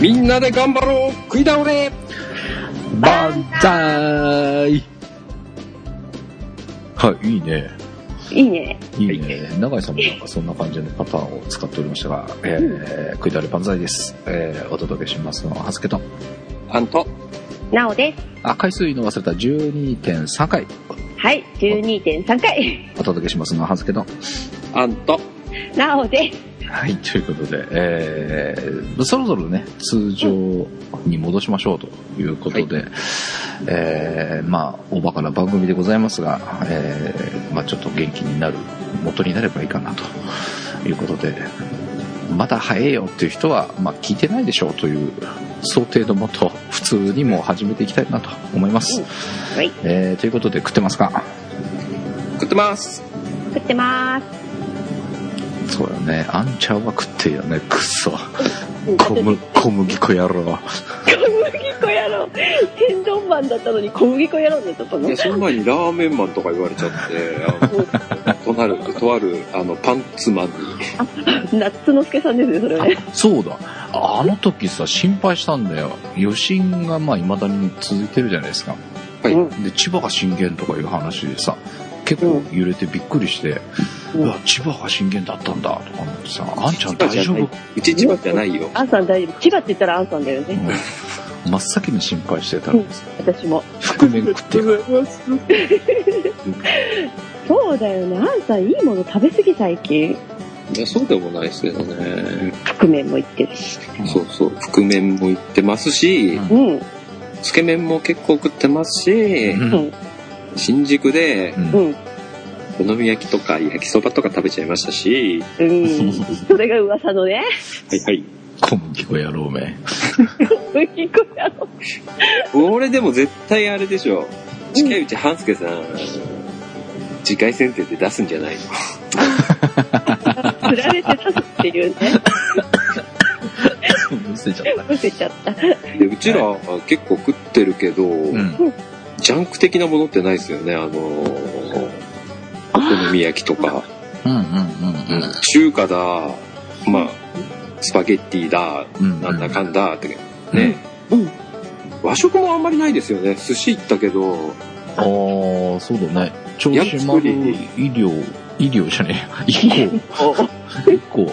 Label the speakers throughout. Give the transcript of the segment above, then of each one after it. Speaker 1: みんなで頑張ろう食い倒れ万歳
Speaker 2: はい、いいね。
Speaker 3: いいね。
Speaker 2: いいね。永井さんもなんかそんな感じのパターンを使っておりましたが、えー、食いだれ万歳です。えー、お届けしますのは、はずけと、
Speaker 1: あんと、
Speaker 3: なおです。
Speaker 2: あ、回数言うの忘れた12.3回、
Speaker 3: はい、12.3回。
Speaker 2: お届けしますのは、はずけと、
Speaker 1: あんと、
Speaker 3: なおです。
Speaker 2: はい、ということで、えー、そろそろね、通常に戻しましょうということで、えー、まあ、おバカな番組でございますが、えー、まあ、ちょっと元気になる、元になればいいかなということで、まだ早いよっていう人は、まあ、聞いてないでしょうという想定のもと、普通にもう始めていきたいなと思います。
Speaker 3: はい、
Speaker 2: えー、ということで、食ってますか
Speaker 1: 食ってます
Speaker 3: 食ってます。
Speaker 2: そうだね、あんちゃんは食ってるよね、くっそ。
Speaker 3: 小
Speaker 2: 小麦小麦粉野郎。
Speaker 3: 麦粉野郎。天丼マンだったのに小麦粉野郎になっちゃったの
Speaker 1: いや、その前にラーメンマンとか言われちゃ って、あのとなる、とある、あの、パンツマンに。
Speaker 3: ナッツの助さんですね、それはね。
Speaker 2: あそうだあの時さ心配したんだよ余震がまあ未だに続いてるじゃないですか
Speaker 1: はい
Speaker 3: うん
Speaker 2: で千葉が震源とかいう話でさ結構揺れてびっくりして、う
Speaker 3: うん
Speaker 2: わ千葉が震源だったんだとか思ってさあんちゃん大丈
Speaker 1: 千葉
Speaker 2: 夫、
Speaker 1: じゃないうち千葉じゃないよ。
Speaker 3: アンさん大丈夫。千葉って言ったらアンさんだよね。
Speaker 2: うん真っ先に心配してたらです、
Speaker 3: 私も。
Speaker 2: 覆面食ってる
Speaker 3: そうだよね。アンさんいいもの食べ過ぎ最近。
Speaker 1: いや、そうでもないですけどね。
Speaker 3: 覆面もいってるし。
Speaker 1: そうそう、覆面も行ってますし、
Speaker 3: うん。
Speaker 1: つけ麺も結構食ってます
Speaker 2: う
Speaker 1: し、
Speaker 2: ん
Speaker 3: うん。
Speaker 1: 新宿で
Speaker 2: うん
Speaker 3: うん。
Speaker 1: お好み焼きとか焼きそばとか食べちゃいましたし、
Speaker 3: うん。それが噂のね。
Speaker 1: はいはい。
Speaker 2: 小麦粉野郎め
Speaker 3: 小麦粉野郎。
Speaker 1: 俺でも絶対あれでしょ。近いうち半助さん、次回戦定で出すんじゃないの
Speaker 3: 振られてたっていうね。
Speaker 2: 捨てちゃった
Speaker 3: 伏せちゃった。
Speaker 1: でうちらは結構食ってるけど、
Speaker 2: うん
Speaker 1: ジャンク的なものってないですよね。あのーお好み焼きとか、
Speaker 2: うん
Speaker 1: う
Speaker 2: うん
Speaker 1: ん中華だ、まあ、スパゲッティだ、
Speaker 2: うんうん
Speaker 1: なんだかんだってね、
Speaker 3: うん
Speaker 1: 和食もあんまりないですよね寿司行ったけど
Speaker 2: ああそうだね銚子丸医療医療じゃねえ医療一個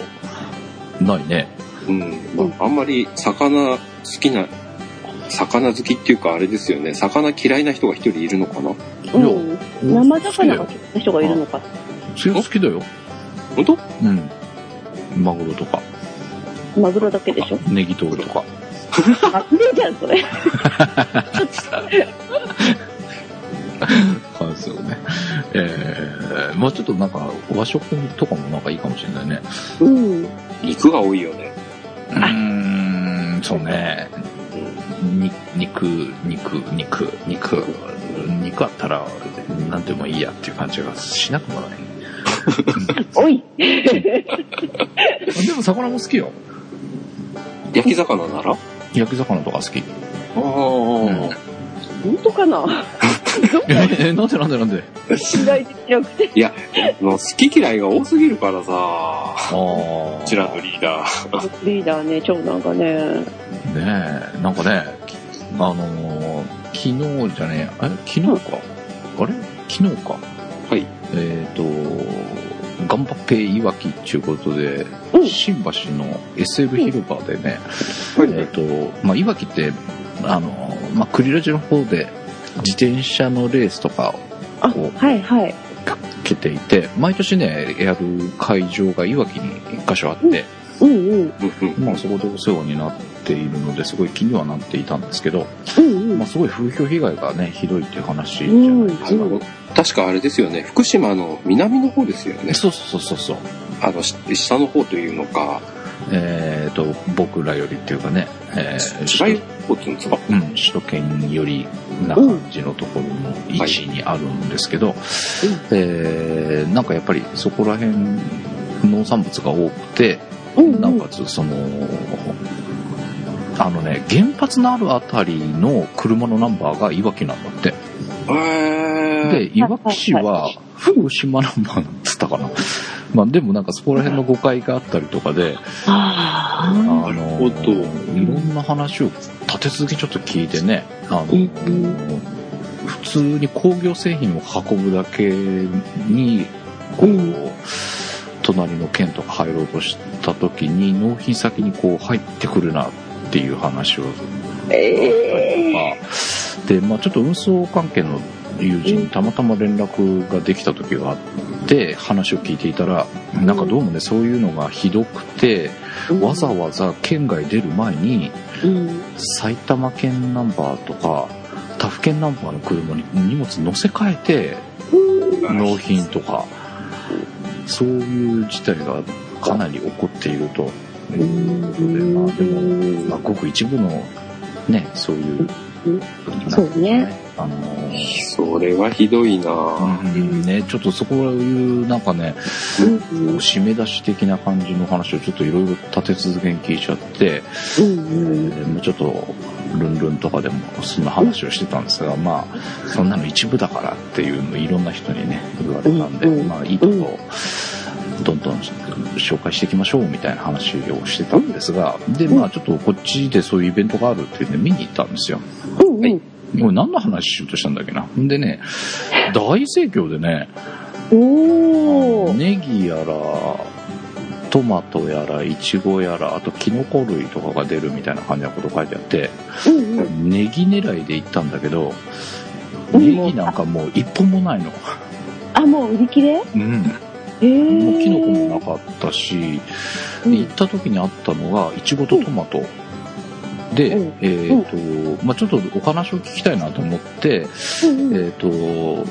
Speaker 2: ないね
Speaker 1: うん、まあ、あんまり魚好きな魚好きっていうかあれですよね魚嫌いな人が一人いるのかな
Speaker 3: うん。生魚が
Speaker 2: 好
Speaker 3: 好きな人がいるのか。
Speaker 2: きだよ好きだよ
Speaker 1: 本当
Speaker 2: うんマグロとか
Speaker 3: マグロだけでしょ。
Speaker 2: ネギトロとか
Speaker 3: マグロじゃん、それ。
Speaker 2: そうですよねえー、まあちょっとなんか和食とかもなんかいいかもしれないね
Speaker 3: うん。
Speaker 1: 肉が多いよね
Speaker 2: うーんそうねに肉肉肉肉肉あったら何でもいいやっていう感じがしなくもない
Speaker 3: おい。
Speaker 2: でも魚も好きよ
Speaker 1: 焼き魚ならあ
Speaker 2: 焼き魚とか好き
Speaker 1: あ、うん
Speaker 3: 本当かな
Speaker 2: え、なんでなんでなんで
Speaker 3: 信頼できなくて。
Speaker 1: もう好き嫌いが多すぎるからさ
Speaker 2: ああ
Speaker 1: こちらのリーダー
Speaker 3: リーダーね、長男がね。
Speaker 2: ねえ、なんかね、あのー昨日じゃねえ、あれ昨日か。あれ昨日か。
Speaker 1: はい。
Speaker 2: えっ、と、ガンバッペいわきっていうことで、
Speaker 3: うん
Speaker 2: 新橋の SL 広場でね、えっ、と、まあ、いわきって、あのーまあ、クリラジの方で自転車のレースとか
Speaker 3: あ、
Speaker 2: を
Speaker 3: はいはい。
Speaker 2: 受けていて、毎年ね、やる会場がいわきに一箇所あって、
Speaker 3: うんうんうん。
Speaker 1: うんうん
Speaker 2: まあ、そこでお世話になっているのですごい気にはなっていたんですけど、
Speaker 3: うんうん
Speaker 2: まあ、。すごい風評被害がねひどいっていう話じゃ
Speaker 3: う
Speaker 2: ない、
Speaker 3: んうん。
Speaker 1: あの確かあれですよね福島の南の方ですよね
Speaker 2: そうそうそうそう
Speaker 1: あのし下の方というのか
Speaker 2: えっ、と僕らよりっていうかね、えー
Speaker 1: 芝居
Speaker 2: 首
Speaker 1: の方っていうんですか
Speaker 2: 都うん、首都圏よりな感じのところの位置にあるんですけど、えーなんかやっぱりそこら辺農産物が多くて、
Speaker 3: うんうん
Speaker 2: なおかつそのあのね原発のあるあたりの車のナンバーがいわきなんだって
Speaker 1: えー
Speaker 2: で、いわき市は福島ナンバーなんつったかな。まあ、でもなんかそこら辺の誤解があったりとかで、
Speaker 3: あ
Speaker 2: あ
Speaker 3: あ。
Speaker 2: の
Speaker 1: なるほど
Speaker 2: いろんな話を立て続けにちょっと聞いてね、あの
Speaker 3: うん
Speaker 2: 普通に工業製品を運ぶだけに、こう、
Speaker 3: うん
Speaker 2: 隣の県とか入ろうとした時に納品先にこう入ってくるなっていう話を
Speaker 3: ええ
Speaker 2: あで、まあ、ちょっと運送関係の友人にたまたま連絡ができた時があって話を聞いていたらなんかどうもねそういうのがひどくてわざわざ県外出る前に
Speaker 3: うん。
Speaker 2: 埼玉県ナンバーとか他府県ナンバーの車に荷物乗せ替えて納品とかそういう事態がかなり起こっているということでまあでもまあ、ごく一部のねそういう
Speaker 3: そうね
Speaker 2: あの
Speaker 1: それはひどいなぁ
Speaker 2: うんね、ちょっとそこらいうなんかね
Speaker 3: うん
Speaker 2: 締め出し的な感じの話をちょっといろいろ立て続けに聞いちゃって、
Speaker 3: うんうん
Speaker 2: えーもうちょっとルンルンとかでもそんな話をしてたんですがまあそんなの一部だからっていうのをいろんな人にね言われたんで、
Speaker 3: うんうん
Speaker 2: まあいいとこをどんどん紹介していきましょうみたいな話をしてたんですがでまあちょっとこっちでそういうイベントがあるっていうんで見に行ったんですよ。
Speaker 3: うん
Speaker 1: はい
Speaker 2: 俺何の話しようとしたんだっけな。んでね、大盛況でね、
Speaker 3: おー
Speaker 2: ネギやら、トマトやら、イチゴやら、あとキノコ類とかが出るみたいな感じなこと書いてあって、
Speaker 3: うんうん
Speaker 2: ネギ狙いで行ったんだけど、
Speaker 3: う
Speaker 2: ネ
Speaker 3: ん
Speaker 2: ギなんかもう一本もないの。
Speaker 3: あ、もう売り切れ
Speaker 2: うん。
Speaker 3: ええ。
Speaker 2: もうキノコもなかったし、
Speaker 3: うん
Speaker 2: で行った時にあったのが、イチゴとトマト。で、
Speaker 3: うん
Speaker 2: えっ、と、まあちょっとお話を聞きたいなと思って、
Speaker 3: うんうん
Speaker 2: えっと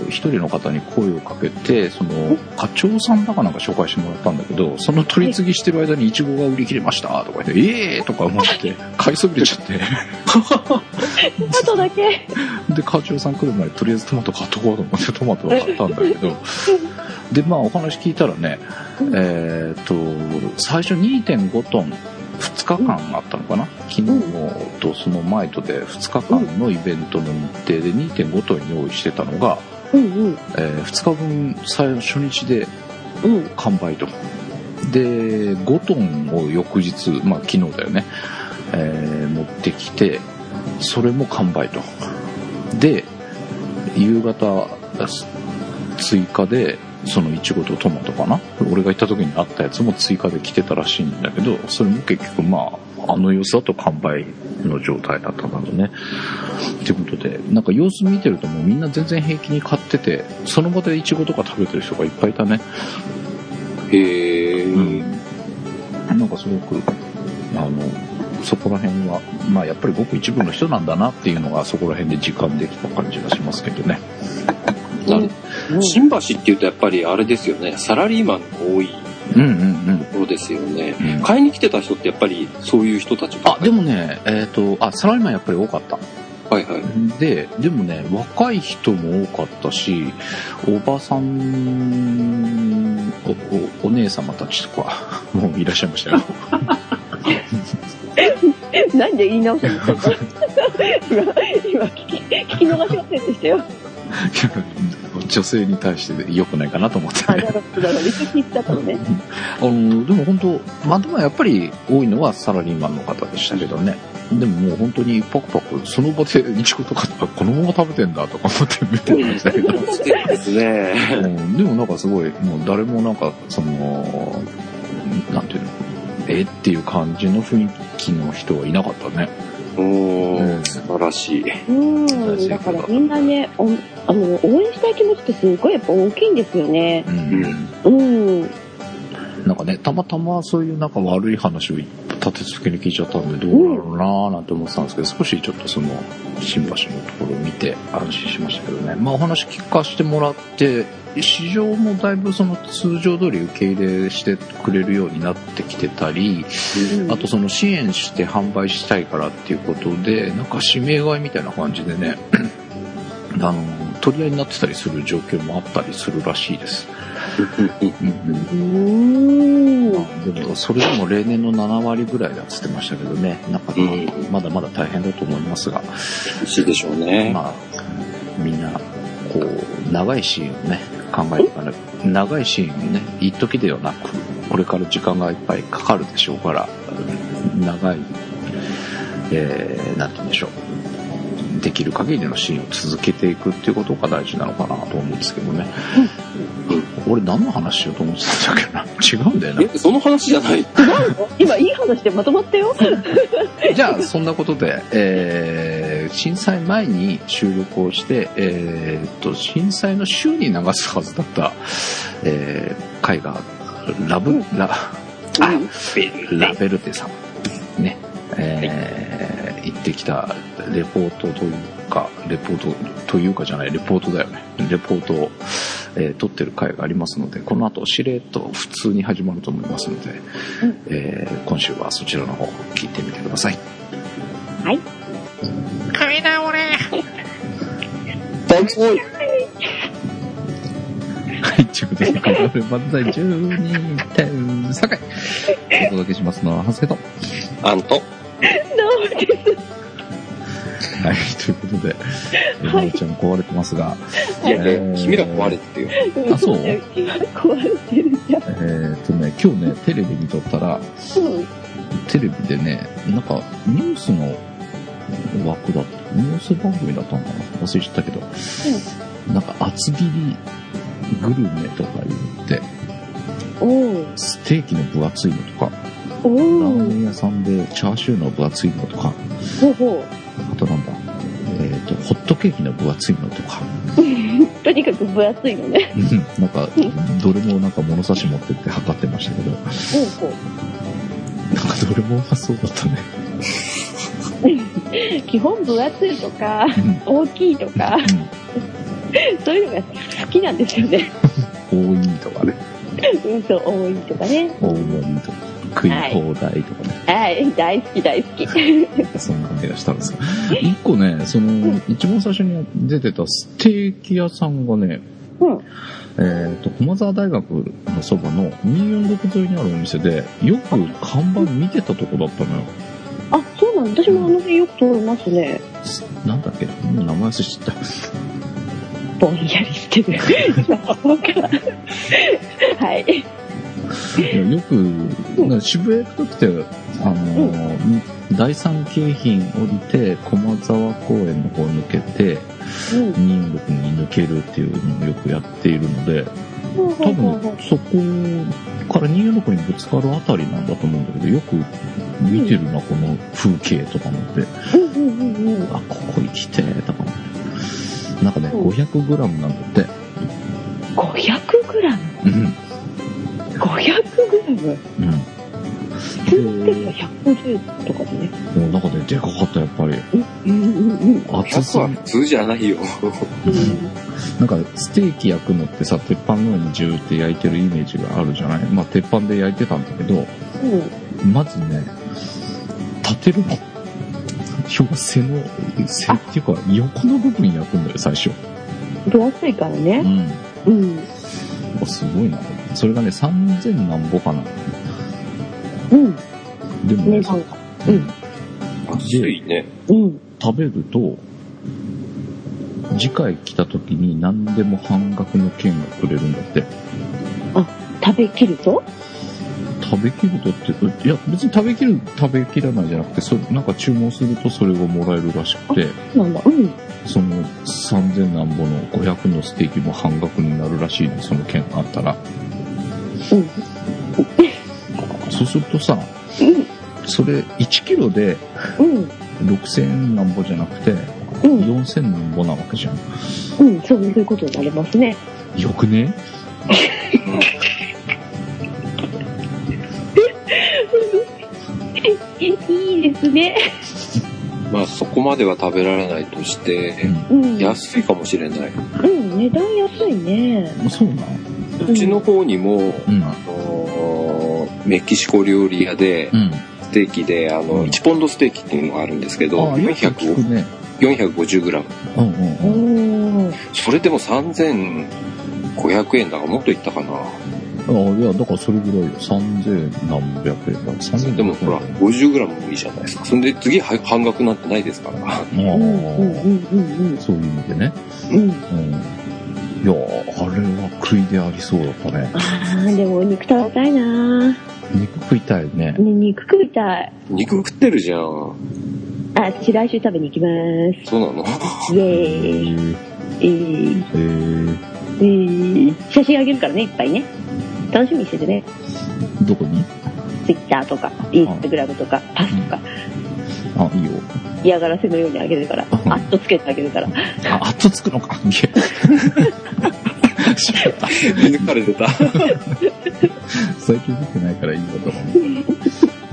Speaker 2: 一人の方に声をかけてその課長さんだかなんか紹介してもらったんだけどその取り次ぎしてる間にイチゴが売り切れましたとか言って「ええー!」とか思っ て買いそびれちゃって
Speaker 3: あとだけ。
Speaker 2: で課長さん来る前にとりあえずトマト買っとこうと思ってトマトを買ったんだけ どでまあお話聞いたらね
Speaker 3: うん
Speaker 2: えっと最初2.5トン2日間あったのかな昨日とその前とで2日間のイベントの日程で2.5トン用意してたのが
Speaker 3: うんうん
Speaker 2: え2日分最初日で
Speaker 3: うん
Speaker 2: 完売とで5トンを翌日まあ昨日だよね、えー持ってきてそれも完売とで夕方す追加でそのイチゴとトマトかな俺が行った時にあったやつも追加で来てたらしいんだけどそれも結局まああの様子だと完売の状態だったんだろうねってことでなんか様子見てるともうみんな全然平気に買っててその場でイチゴとか食べてる人がいっぱいいたね
Speaker 1: へえ、
Speaker 2: なんかすごくあのそこら辺は、まあ、やっぱりごく一部の人なんだなっていうのがそこら辺で実感できた感じがしますけどね
Speaker 1: なる
Speaker 3: うん
Speaker 1: 新橋っていうとやっぱりあれですよねサラリーマンが多い
Speaker 2: うんうん
Speaker 1: ところですよね
Speaker 2: うん、
Speaker 1: 買いに来てた人ってやっぱりそういう人たちばっ
Speaker 2: あ
Speaker 1: か
Speaker 2: で
Speaker 1: り
Speaker 2: もねえっ、とあサラリーマンやっぱり多かった
Speaker 1: はいはい
Speaker 2: ででもね若い人も多かったしおばさんおおお姉様たちとか もういらっしゃいましたよ
Speaker 3: なんで言い直した の今、今聞き、聞き逃しませんでしたよ。
Speaker 2: 女性に対して良くないかなと思って
Speaker 3: あ、なるほど、なるほど。一応聞いてたのね。
Speaker 2: あのでも本当まあでもやっぱり多いのはサラリーマンの方でしたけどねでももう本当にパクパクその場でイチゴとかあこのまま食べてんだとか思って見てましたけど、
Speaker 1: 素敵ですね
Speaker 2: うんでもなんかすごいもう誰もなんかそのなんていうのえっていう感じの雰囲気の人はいなかったね
Speaker 1: おー
Speaker 2: うん
Speaker 1: 素晴らしい
Speaker 3: うん。だからみんなね、おあの、応援したい気持ちってすごいやっぱ大きいんですよね。
Speaker 2: うん、
Speaker 1: うん
Speaker 3: うん。うん。
Speaker 2: なんかねたまたまそういうなんか悪い話を立て続けに聞いちゃったんでどうだろうなーなんて思ってたんですけど少しちょっとその新橋のところを見て安心しましたけどねまあお話聞かせてもらって市場もだいぶその通常通り受け入れしてくれるようになってきてたりあとその支援して販売したいからっていうことでなんか指名買いみたいな感じでねあの取り合いになってたりする状況もあったりするらしいです。うん
Speaker 3: うん。
Speaker 2: でもそれでも例年の7割ぐらいだっつってましたけどね、なか
Speaker 1: う
Speaker 2: なか
Speaker 1: ん
Speaker 2: まだまだ大変だと思いますが、
Speaker 1: 美味しいでしょうね
Speaker 2: まあ、みんな、こう、長い支援をね、考考えていかない長いシーンにね一時ではなくこれから時間がいっぱいかかるでしょうから長いえー、なんて言うんでしょうできる限りのシーンを続けていくっていうことが大事なのかなと思うんですけどね、俺何の話しようと思ってたんだっけな違うんだよな
Speaker 1: え、その話じゃない。
Speaker 3: 今いい話でまとまったよ。
Speaker 2: じゃあ、そんなことで、えー震災前に収録をして、えーっと、震災の週に流すはずだった、えー、回が、ラブ、ラ、ラベルテさん、ね、えー行ってきたレポートというか、レポートというかじゃない、レポートだよね。レポートを、えー撮ってる回がありますので、この後しれっと普通に始まると思いますので、
Speaker 3: うん
Speaker 2: えー今週はそちらの方聞いてみてください。
Speaker 4: 階段俺
Speaker 2: はい、ということで、ここで漫才12.3回、お届けしますのは、ハセと。は
Speaker 1: あんと、
Speaker 3: なわけ
Speaker 2: い、ということで、えー
Speaker 3: は
Speaker 2: ま
Speaker 3: い
Speaker 2: おちゃん壊れてますが、
Speaker 1: いや
Speaker 2: えー
Speaker 1: ね、君ら壊れてるよ。
Speaker 3: で
Speaker 2: あそう
Speaker 3: 壊れてるじゃん
Speaker 2: え。ーっとね、今日ね、テレビ見とったら、
Speaker 3: うん。
Speaker 2: テレビでね、なんか、ニュースの枠だった、ニュース番組だったのかな忘れちゃったけど、なんか、厚切りグルメとか言って、
Speaker 3: おう
Speaker 2: ステーキの分厚いのとか、
Speaker 3: お
Speaker 2: ラ
Speaker 3: う
Speaker 2: ーメン屋さんでチャーシューの分厚いのとか、
Speaker 3: ほうほ
Speaker 2: あとなんだ、えっ、と、ホットケーキの分厚いのとか、
Speaker 3: う。とにかく分厚いのね。
Speaker 2: なんか、どれもなんか物差し持ってって測ってましたけど、なんか
Speaker 3: ほうほう。
Speaker 2: どれもうまそうだったね。
Speaker 3: 基本分厚いとか
Speaker 2: ん、
Speaker 3: 大きいとか、そういうのが好きなんですよね。
Speaker 2: うん、多いとかね、
Speaker 3: うん、そう、多いとかね。
Speaker 2: 大盛りとか、食い放題とかね、
Speaker 3: はい、大好き大好き。
Speaker 2: そんな感じがしたんですが、一個ね、その、一番最初に出てたステーキ屋さんがね、
Speaker 3: うん
Speaker 2: えっ、と、駒沢大学のそばの246沿いにあるお店で、よく看板見てたとこだったのよ。
Speaker 3: あ、そうなの私もあの辺よく通りますね。
Speaker 2: なんだっけもう名前忘れちゃった。
Speaker 3: ぼんやりしてる。そうか。はい。
Speaker 2: いやよく、なんか渋谷行く時って、あのー第三京浜降りて、駒沢公園の方抜けて、
Speaker 3: うん。
Speaker 2: 246に抜けるっていうのをよくやっているので、
Speaker 3: ほうほ
Speaker 2: 多
Speaker 3: うほうほう
Speaker 2: 分そこから246にぶつかるあたりなんだと思うんだけど、よく見てるな、この風景とか思って、
Speaker 3: うんうんうんうん。
Speaker 2: あ、ここ行きてーとか思って。なんかね、500g なんだって。
Speaker 3: 500グラム
Speaker 2: うん。
Speaker 3: ?500 グラム
Speaker 2: うん。で
Speaker 3: で150とかでね。
Speaker 2: もうなんかね、でかかった、やっぱり。
Speaker 3: うんうんうん。
Speaker 2: 厚
Speaker 1: 100
Speaker 2: さ
Speaker 1: は普通じゃないよ。
Speaker 2: なんかステーキ焼くのってさ鉄板の上にジューって焼いてるイメージがあるじゃないまあ鉄板で焼いてたんだけど
Speaker 3: うん。
Speaker 2: まずね立てるの表が背の背っていうか横の部分焼くんだよ最初
Speaker 3: 分厚いから
Speaker 2: う
Speaker 3: ね。
Speaker 2: ん
Speaker 3: うん。
Speaker 2: あすごいなそれがね3000何歩かな
Speaker 3: うん。
Speaker 2: でも
Speaker 3: 値
Speaker 2: ね
Speaker 3: 段が。
Speaker 2: うん
Speaker 1: 安いね。
Speaker 3: うん。
Speaker 2: 食べると次回来た時に何でも半額の券がくれるんだって
Speaker 3: 食べきると
Speaker 2: 食べきるとって、ういや、別に食べきる、食べきらないじゃなくて、それ、なんか注文するとそれがもらえるらしくて、
Speaker 3: なんだ。うん。
Speaker 2: その3000何本の500のステーキも半額になるらしいね、その券あったら。
Speaker 3: うん。
Speaker 2: そうするとさ、それ1キロで
Speaker 3: うん。
Speaker 2: 6000何本じゃなくて、
Speaker 3: うん。
Speaker 2: 4000何本なわけじゃん。
Speaker 3: うん。そういうことになりますね。
Speaker 2: よくね
Speaker 3: いいですね。
Speaker 1: まあそこまでは食べられないとして、
Speaker 3: うん。
Speaker 1: 安いかもしれない。
Speaker 3: うん。値段安いね。
Speaker 2: そうなん
Speaker 1: うちの方にも、
Speaker 2: うん。
Speaker 1: あのーメキシコ料理屋で、
Speaker 2: うん。
Speaker 1: ステーキで、あ
Speaker 2: う
Speaker 1: の、
Speaker 2: ん
Speaker 1: 1ポンドステーキっていうのがあるんですけど、
Speaker 2: ああ、よく聞く
Speaker 1: 400
Speaker 2: ね。
Speaker 1: 450グラム。
Speaker 2: うんうん
Speaker 3: お
Speaker 2: うん。
Speaker 3: ー。
Speaker 1: それでも3500円だからもっといったかな。
Speaker 2: ああ、いや、だからそれぐらいよ。3000何百円だ。3000
Speaker 1: でもほら、50グラムもいいじゃないですか。そんで次は半額なんてないですから。
Speaker 2: ああ、
Speaker 3: うんうんうんうん
Speaker 2: そういう意味でね。
Speaker 3: うん。
Speaker 2: うん。いやーあれは食いでありそうだったね。
Speaker 3: あーでもお肉食べたいな
Speaker 2: 肉食いたいね
Speaker 3: ー。ね肉食いたい
Speaker 1: 肉食ってるじゃん。
Speaker 3: あ私来週食べに行きま
Speaker 1: そうな の
Speaker 3: すイ
Speaker 2: え
Speaker 3: ェーイ
Speaker 2: ー、
Speaker 3: えー、
Speaker 2: えー、
Speaker 3: えー、写真あげるからねいっぱいね楽しみにしててね
Speaker 2: どこに
Speaker 3: Twitter とか Instagram とかパスとか
Speaker 2: あ、いいよ。
Speaker 3: 嫌がらせのようにあげるから
Speaker 2: うん
Speaker 3: あっとつけてあげ るから
Speaker 2: あ、あっとつくのか。いやしまった
Speaker 1: 抜かれてた。
Speaker 2: 最近見てないからいいんだと思う。も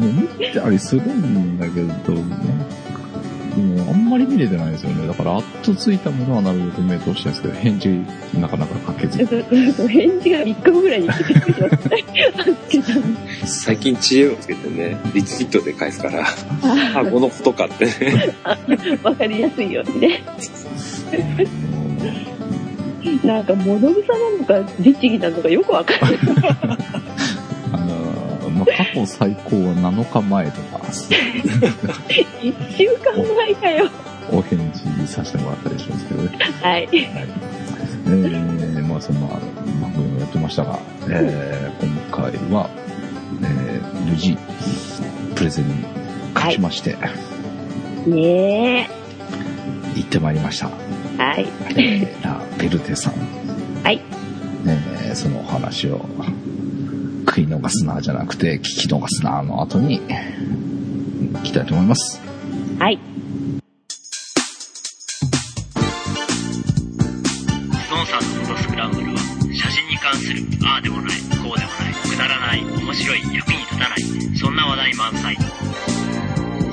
Speaker 2: う見てたりするんだけどね。でもあんまり見れてないですよね。だから、あっとついたものはなるべく目通したいんですけど、返事なかなか書けず
Speaker 3: そ。そ返事が3日後ぐらいに来てくれました
Speaker 1: 最近知恵をつけてね、リツイートで返すから、あ、このことかってね。
Speaker 3: わかりやすいようにねなんか物草なのか律儀なのかよくわかんない
Speaker 2: あの、まあ、過去最高は7日前とか、
Speaker 3: 1週間前かよ
Speaker 2: お返事させてもらったりしますけどね。
Speaker 3: はい
Speaker 2: はい。えー、まあそんな番組もやってましたが、えー、今回は、えー、無事、プレゼンに勝ちまして、
Speaker 3: ね
Speaker 2: 行ってまいりました。
Speaker 3: えはい
Speaker 2: えー、ラ・ベルテさん。
Speaker 3: はい。
Speaker 2: えー、そのお話を、食い逃すなじゃなくて、聞き逃すなの後に、行きたいと思います。
Speaker 3: はい
Speaker 4: ノンサンのことスクランブルは写真に関するああでもないこうでもないくだらない面白い役に立たないそんな話題満載ス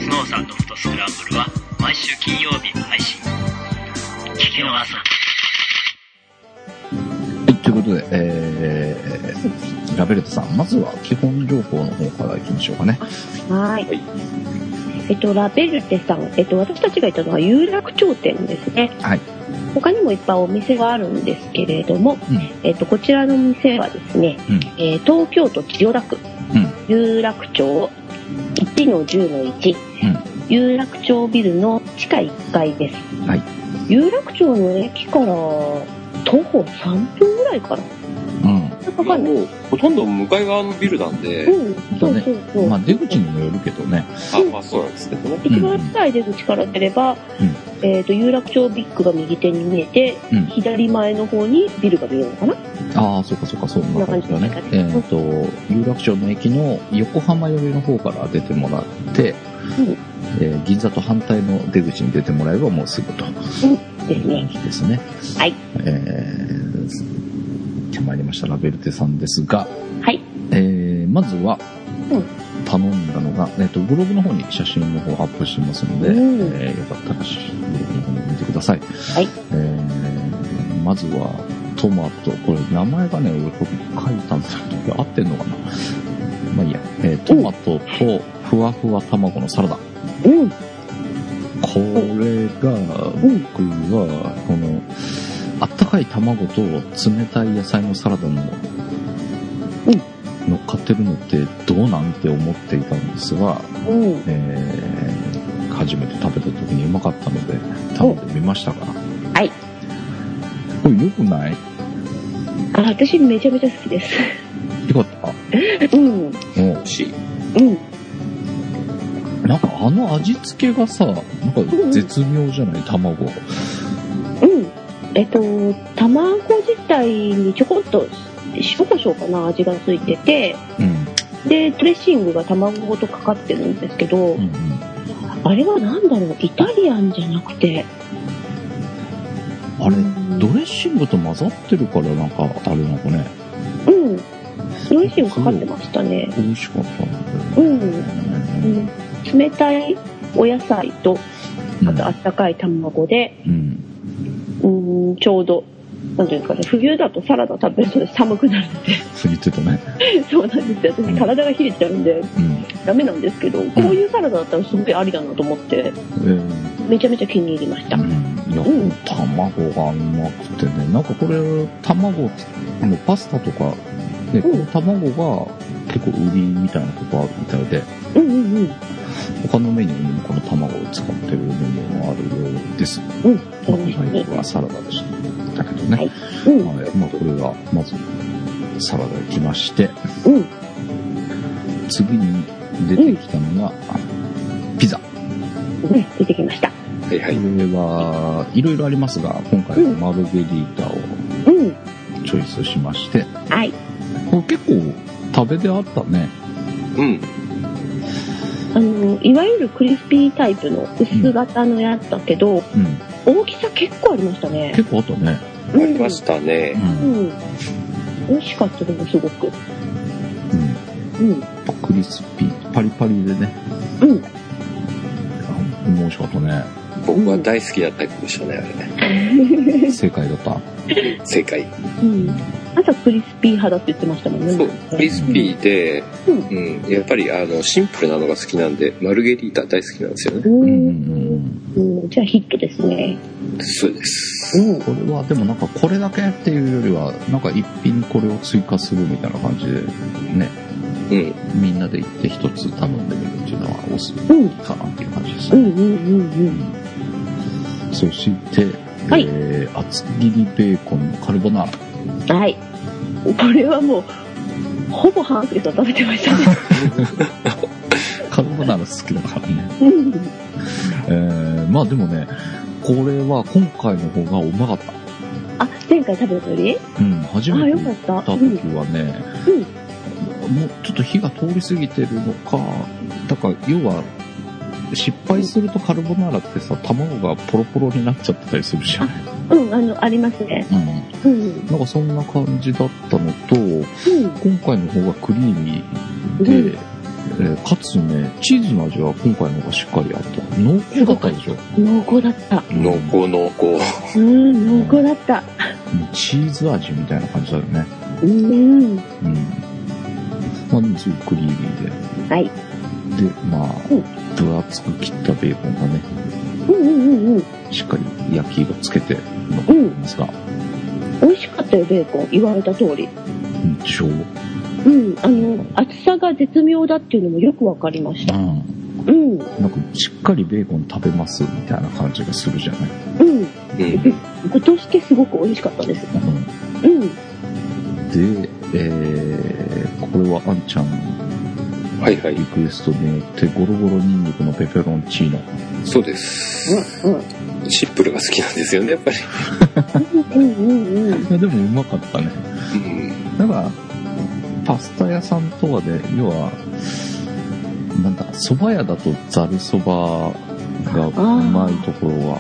Speaker 4: ノーさんのことスクランブルは毎週金曜日配信聞き逃すな
Speaker 2: はい、ということで、えー、ラベルトさん、まずは基本情報の方から行きましょうかね。
Speaker 3: はいえっと、ラベルテさん、えっと、私たちがいたのは有楽町店ですね。
Speaker 2: はい。
Speaker 3: 他にもいっぱいお店があるんですけれども、
Speaker 2: うん
Speaker 3: えっと、こちらの店はですね、
Speaker 2: うん
Speaker 3: えー東京都千代田区、
Speaker 2: うん
Speaker 3: 有楽町1の10の1、有楽町ビルの地下1階です。
Speaker 2: はい
Speaker 3: 有楽町の駅から徒歩3分ぐらいかな。
Speaker 2: うん。
Speaker 3: かかんない。
Speaker 1: もう、ほとんど向かい側のビルなんで、
Speaker 3: うん、そうそうそう。
Speaker 2: まあ出口にもよるけどね。
Speaker 1: あ、まあそうなんですけどね。
Speaker 2: うん
Speaker 3: 一番近い出口から出れば、
Speaker 2: うん
Speaker 3: えっと有楽町ビッグが右手に見えて、
Speaker 2: うん
Speaker 3: 左前の方にビルが見えるのかな
Speaker 2: ああ、そうかそうか、そんな感じだね
Speaker 3: こんな感。じ
Speaker 2: えっ、と、有楽町の駅の横浜寄りの方から出てもらって、
Speaker 3: うん
Speaker 2: えー銀座と反対の出口に出てもらえばもうすぐと。
Speaker 3: ですね。
Speaker 2: ですね。
Speaker 3: はい。
Speaker 2: えー、手参りましたラベルテさんですが、
Speaker 3: はい。
Speaker 2: えー、まずは
Speaker 3: うん、
Speaker 2: 頼んだのが、えっ、と、ブログの方に写真の方アップしてますので、
Speaker 3: うん。
Speaker 2: えーよかったら、ブログの方に見てください。はいえー、まずは、トマト、これ名前がね、俺これ書いたんだけど、合ってんのかなまあいいや、えートマトとふわふわ卵のサラダ。
Speaker 3: うん、
Speaker 2: これが、
Speaker 3: うん、
Speaker 2: 僕はこのあったかい卵と冷たい野菜のサラダの乗っかってるのってどうなんて思っていたんですが、
Speaker 3: うん。
Speaker 2: えー初めて食べた時にうまかったので食べてみましたがはいこれ良くない
Speaker 3: あ、私めちゃめちゃ好きです。
Speaker 2: よかった
Speaker 3: うん、う
Speaker 2: も
Speaker 3: ん。
Speaker 1: 美味しい。
Speaker 2: うなんかあの味付けがさなんか絶妙じゃない卵
Speaker 3: うん。えっと、卵自体にちょこっと塩コショウかな味がついてて、
Speaker 2: うん
Speaker 3: で、ドレッシングが卵ごとかかってるんですけど、
Speaker 2: うんうん
Speaker 3: あれはなんだろう、イタリアンじゃなくて。
Speaker 2: あれ
Speaker 3: うん
Speaker 2: ドレッシングと混ざってるからなんかあれなんかね
Speaker 3: うん。ドレッシングかかってましたね。
Speaker 2: 美味しかったんだ
Speaker 3: う
Speaker 2: よね
Speaker 3: ん。うん、冷たいお野菜と
Speaker 2: うん
Speaker 3: あとあったかい卵で、
Speaker 2: うん
Speaker 3: うーん、ちょうどなんていうんですかね冬だとサラダ食べると寒くなるんで
Speaker 2: そう言ってたね
Speaker 3: そうなんですよ私体が冷えちゃうんで
Speaker 2: うん
Speaker 3: ダメなんですけどこういうサラダだったらすごいありだなと思って
Speaker 2: えー
Speaker 3: めちゃめちゃ気に入りました、
Speaker 2: うんいや
Speaker 3: うん
Speaker 2: 卵がうまくてねなんかこれ卵あのパスタとかでこ
Speaker 3: うん
Speaker 2: の卵が結構売りみたいなとこあるみたいで
Speaker 3: うんうんうん
Speaker 2: 他のメニューにもこの卵を使ってるメニューもあるようです
Speaker 3: うん
Speaker 2: まあ
Speaker 3: そうですね
Speaker 2: 今回はサラダでしたしたけどね。
Speaker 3: はいうん、
Speaker 2: はい、まあこれが、まず、サラダ来まして、
Speaker 3: うん。
Speaker 2: 次に出てきたのが、ピザ。
Speaker 3: ね、出てきました。
Speaker 1: はいは
Speaker 2: これ
Speaker 1: い。
Speaker 2: はいろいろありますが、今回はマルゲリータを
Speaker 3: うん。
Speaker 2: チョイスしまして、
Speaker 3: はい。
Speaker 2: これ結構食べであったね。
Speaker 1: うん。
Speaker 3: あの、いわゆるクリスピータイプの薄型のやつだけど、
Speaker 2: うん、
Speaker 3: 大きさ結構ありましたね。
Speaker 2: 結構あったね。
Speaker 1: ありましたね。
Speaker 3: うん。うん美味しかったでもすごく。
Speaker 2: うん、うん
Speaker 3: うん。
Speaker 2: クリスピー、パリパリでね、
Speaker 3: うん。
Speaker 2: あ美味しかったね。
Speaker 1: 僕は大好きだったかもしれない、あれね。
Speaker 2: 正解だった。
Speaker 1: 正解。
Speaker 3: うん。朝クリスピー派だって言ってましたもんね。
Speaker 1: そう、クリスピーで、
Speaker 3: う
Speaker 1: うんん、やっぱりあの、シンプルなのが好きなんで、マルゲリータ大好きなんですよね。
Speaker 2: うんう
Speaker 3: うん
Speaker 2: うん。
Speaker 3: ん。じゃあヒットですね。
Speaker 1: そうです。
Speaker 3: うん。
Speaker 2: これはでもなんかこれだけっていうよりは、なんか一品これを追加するみたいな感じで、ね、
Speaker 1: うん。
Speaker 2: みんなで行って一つ頼んでみるっていうのはおすす
Speaker 3: うん。
Speaker 2: めかなっていう感じです
Speaker 3: う
Speaker 2: ね。
Speaker 3: んうんうん
Speaker 2: そして、
Speaker 3: はい
Speaker 2: えー厚切りベーコンのカルボナーラ。
Speaker 3: うん。はい。これはもう、ほぼ半数と食べてましたね。
Speaker 2: カルボナーラ好きだからね。
Speaker 3: うん。
Speaker 2: えー、まあでもね、これは今回の方がうまかった。
Speaker 3: あ、前回食べたより
Speaker 2: うん、初
Speaker 3: あ、
Speaker 2: め
Speaker 3: よ
Speaker 2: て行
Speaker 3: か
Speaker 2: っ
Speaker 3: った。
Speaker 2: た
Speaker 3: う
Speaker 2: 時
Speaker 3: ん。
Speaker 2: はね、もうちょっと火が通り過ぎてるのか、だから要は、失敗するとカルボナーラってさ、卵がポロポロになっちゃってたりするじゃん。
Speaker 3: うん、あの、ありますね。
Speaker 2: うん。
Speaker 3: うん。うん。
Speaker 2: なんかそんな感じだったのと、今回の方がクリーミーで、えーかつね、チーズの味は今回の方がしっかりあった。濃厚だったでしょ。
Speaker 3: 濃厚だった。
Speaker 1: 濃厚濃厚。
Speaker 3: うん、濃厚だった。
Speaker 2: うんチーズ味みたいな感じだよね。
Speaker 3: うん。
Speaker 2: うん。まあでもすごくクリーミーで。
Speaker 3: はい。
Speaker 2: で、まあ
Speaker 3: うん、
Speaker 2: 分厚く切ったベーコンがね、
Speaker 3: うんうんうんうん。
Speaker 2: しっかり焼き色つけて残ってますが、
Speaker 3: 美味しかったよ、ベーコン。言われた通り。
Speaker 2: うん、でしょう。
Speaker 3: うん。あの、厚さが絶妙だっていうのもよくわかりました。
Speaker 2: ん。
Speaker 3: うん。
Speaker 2: なんか、しっかりベーコン食べますみたいな感じがするじゃない。
Speaker 3: うん。
Speaker 1: うん。
Speaker 3: ぶとしてすごく美味しかったです。
Speaker 2: うん。
Speaker 3: うん。
Speaker 2: で、えー、これはあんちゃん
Speaker 1: はいはい
Speaker 2: リ。クエストによって、ゴロゴロニンニクのペペロンチーノ。
Speaker 1: そうです。
Speaker 3: うん。
Speaker 1: シンプルが好きなんですよね、やっぱり。
Speaker 3: うんうん うん。
Speaker 2: いや、でもうまかったね。
Speaker 1: うん。
Speaker 2: なんか、パスタ屋さんとかで、要は、なんだ、蕎麦屋だとざる蕎麦がうまいところは、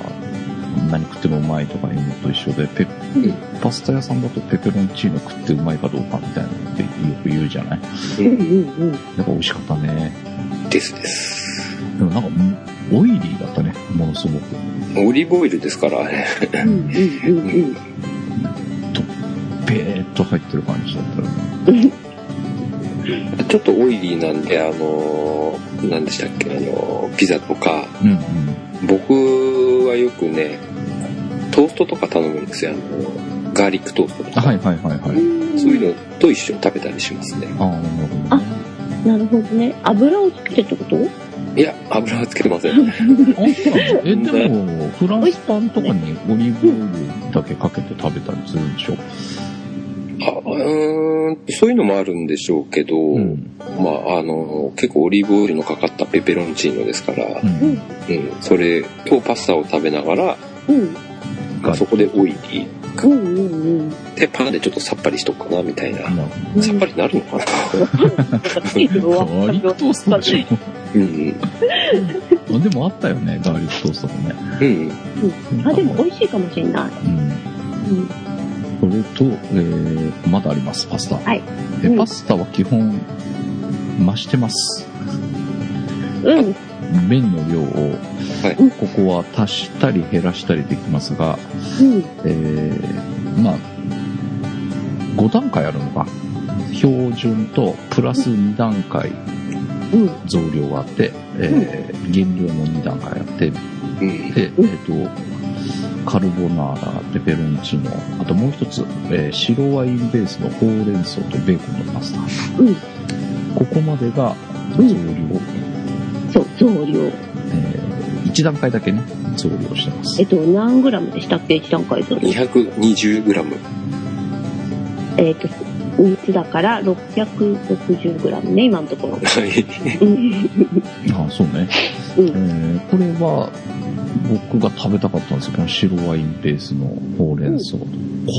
Speaker 2: 何食ってもうまいとかいうのと一緒で、ペ
Speaker 1: うん
Speaker 2: パスタ屋さんだとペペロンチーノ食ってうまいかどうかみたいなのってよく言うじゃない
Speaker 1: うん
Speaker 3: うんうんうん。
Speaker 2: やっぱ美味しかったね。
Speaker 1: ですです。
Speaker 2: でもなんか、オイリーだったね、ものすごく。
Speaker 1: オリーブオイルですから、あれ。
Speaker 3: うんうんうんうん。
Speaker 2: べーっと入ってる感じだったよね。
Speaker 1: ちょっとオイリーなんで、あのー、何でしたっけ、あのー、ピザとか、
Speaker 2: うんうん。
Speaker 1: 僕はよくね、トーストとか頼むんですよ、あのー、ガーリックトーストとか。
Speaker 2: はいはいはいはい。
Speaker 1: そういうのと一緒に食べたりしますね。
Speaker 2: ああ、なるほど、ね。
Speaker 3: あなるほどね。油をつけてってこと
Speaker 1: いや、油はつけてませ ん。
Speaker 2: あそうなのえ、でも、フランスパンとかにオリーブオイルだけかけて食べたりするんでしょ
Speaker 1: あうーんそういうのもあるんでしょうけど、
Speaker 2: うん。
Speaker 1: まあ、あのー、結構オリーブオイルのかかったペペロンチーノですから
Speaker 2: う、ん。
Speaker 1: うん、それとパスタを食べながら、
Speaker 3: うん。
Speaker 2: ガ
Speaker 1: そこでオイリー。
Speaker 3: うんうんうん。
Speaker 1: で、パンでちょっとさっぱりしとくかな、みたいな。
Speaker 2: なる
Speaker 1: さっぱりなるのかな
Speaker 2: ほど。ガーリックトーストでし
Speaker 1: うん
Speaker 2: ょでもあったよね、ガーリックトーストもね。
Speaker 1: うん。うん。
Speaker 3: あ、でも美味しいかもしれない。
Speaker 2: うん。
Speaker 3: うん。
Speaker 2: これと、えー、まだあります、パスタ。
Speaker 3: はい
Speaker 2: で
Speaker 3: うん
Speaker 2: パスタは基本、増してます。
Speaker 3: うん。
Speaker 2: 麺の量を、
Speaker 1: い
Speaker 2: ここは足したり減らしたりできますが、
Speaker 3: うん。
Speaker 2: えーまあ、5段階あるのか。標準とプラス2段階
Speaker 3: うん。
Speaker 2: 増量があって、えー減量も2段階あって、
Speaker 1: うん。
Speaker 2: で、えっ、
Speaker 3: うん
Speaker 2: と、カルボナーラ、ペペロンチーノ、あともう一つ、えー白ワインベースのほうれん草とベーコンのパスタ。
Speaker 3: うん
Speaker 2: ここまでが増量、
Speaker 3: そう、増量。
Speaker 2: え1段階だけね、増量してます
Speaker 3: えっと、何グラムでしたっけ、一段階取 る。
Speaker 1: 220g
Speaker 3: えっと、3つだから660グラムね、今のところ。
Speaker 1: はい
Speaker 3: うん
Speaker 2: あそうね、
Speaker 3: うん
Speaker 2: えーこれは僕が食べたかったんですよこの白ワインベースのほうれん草、こ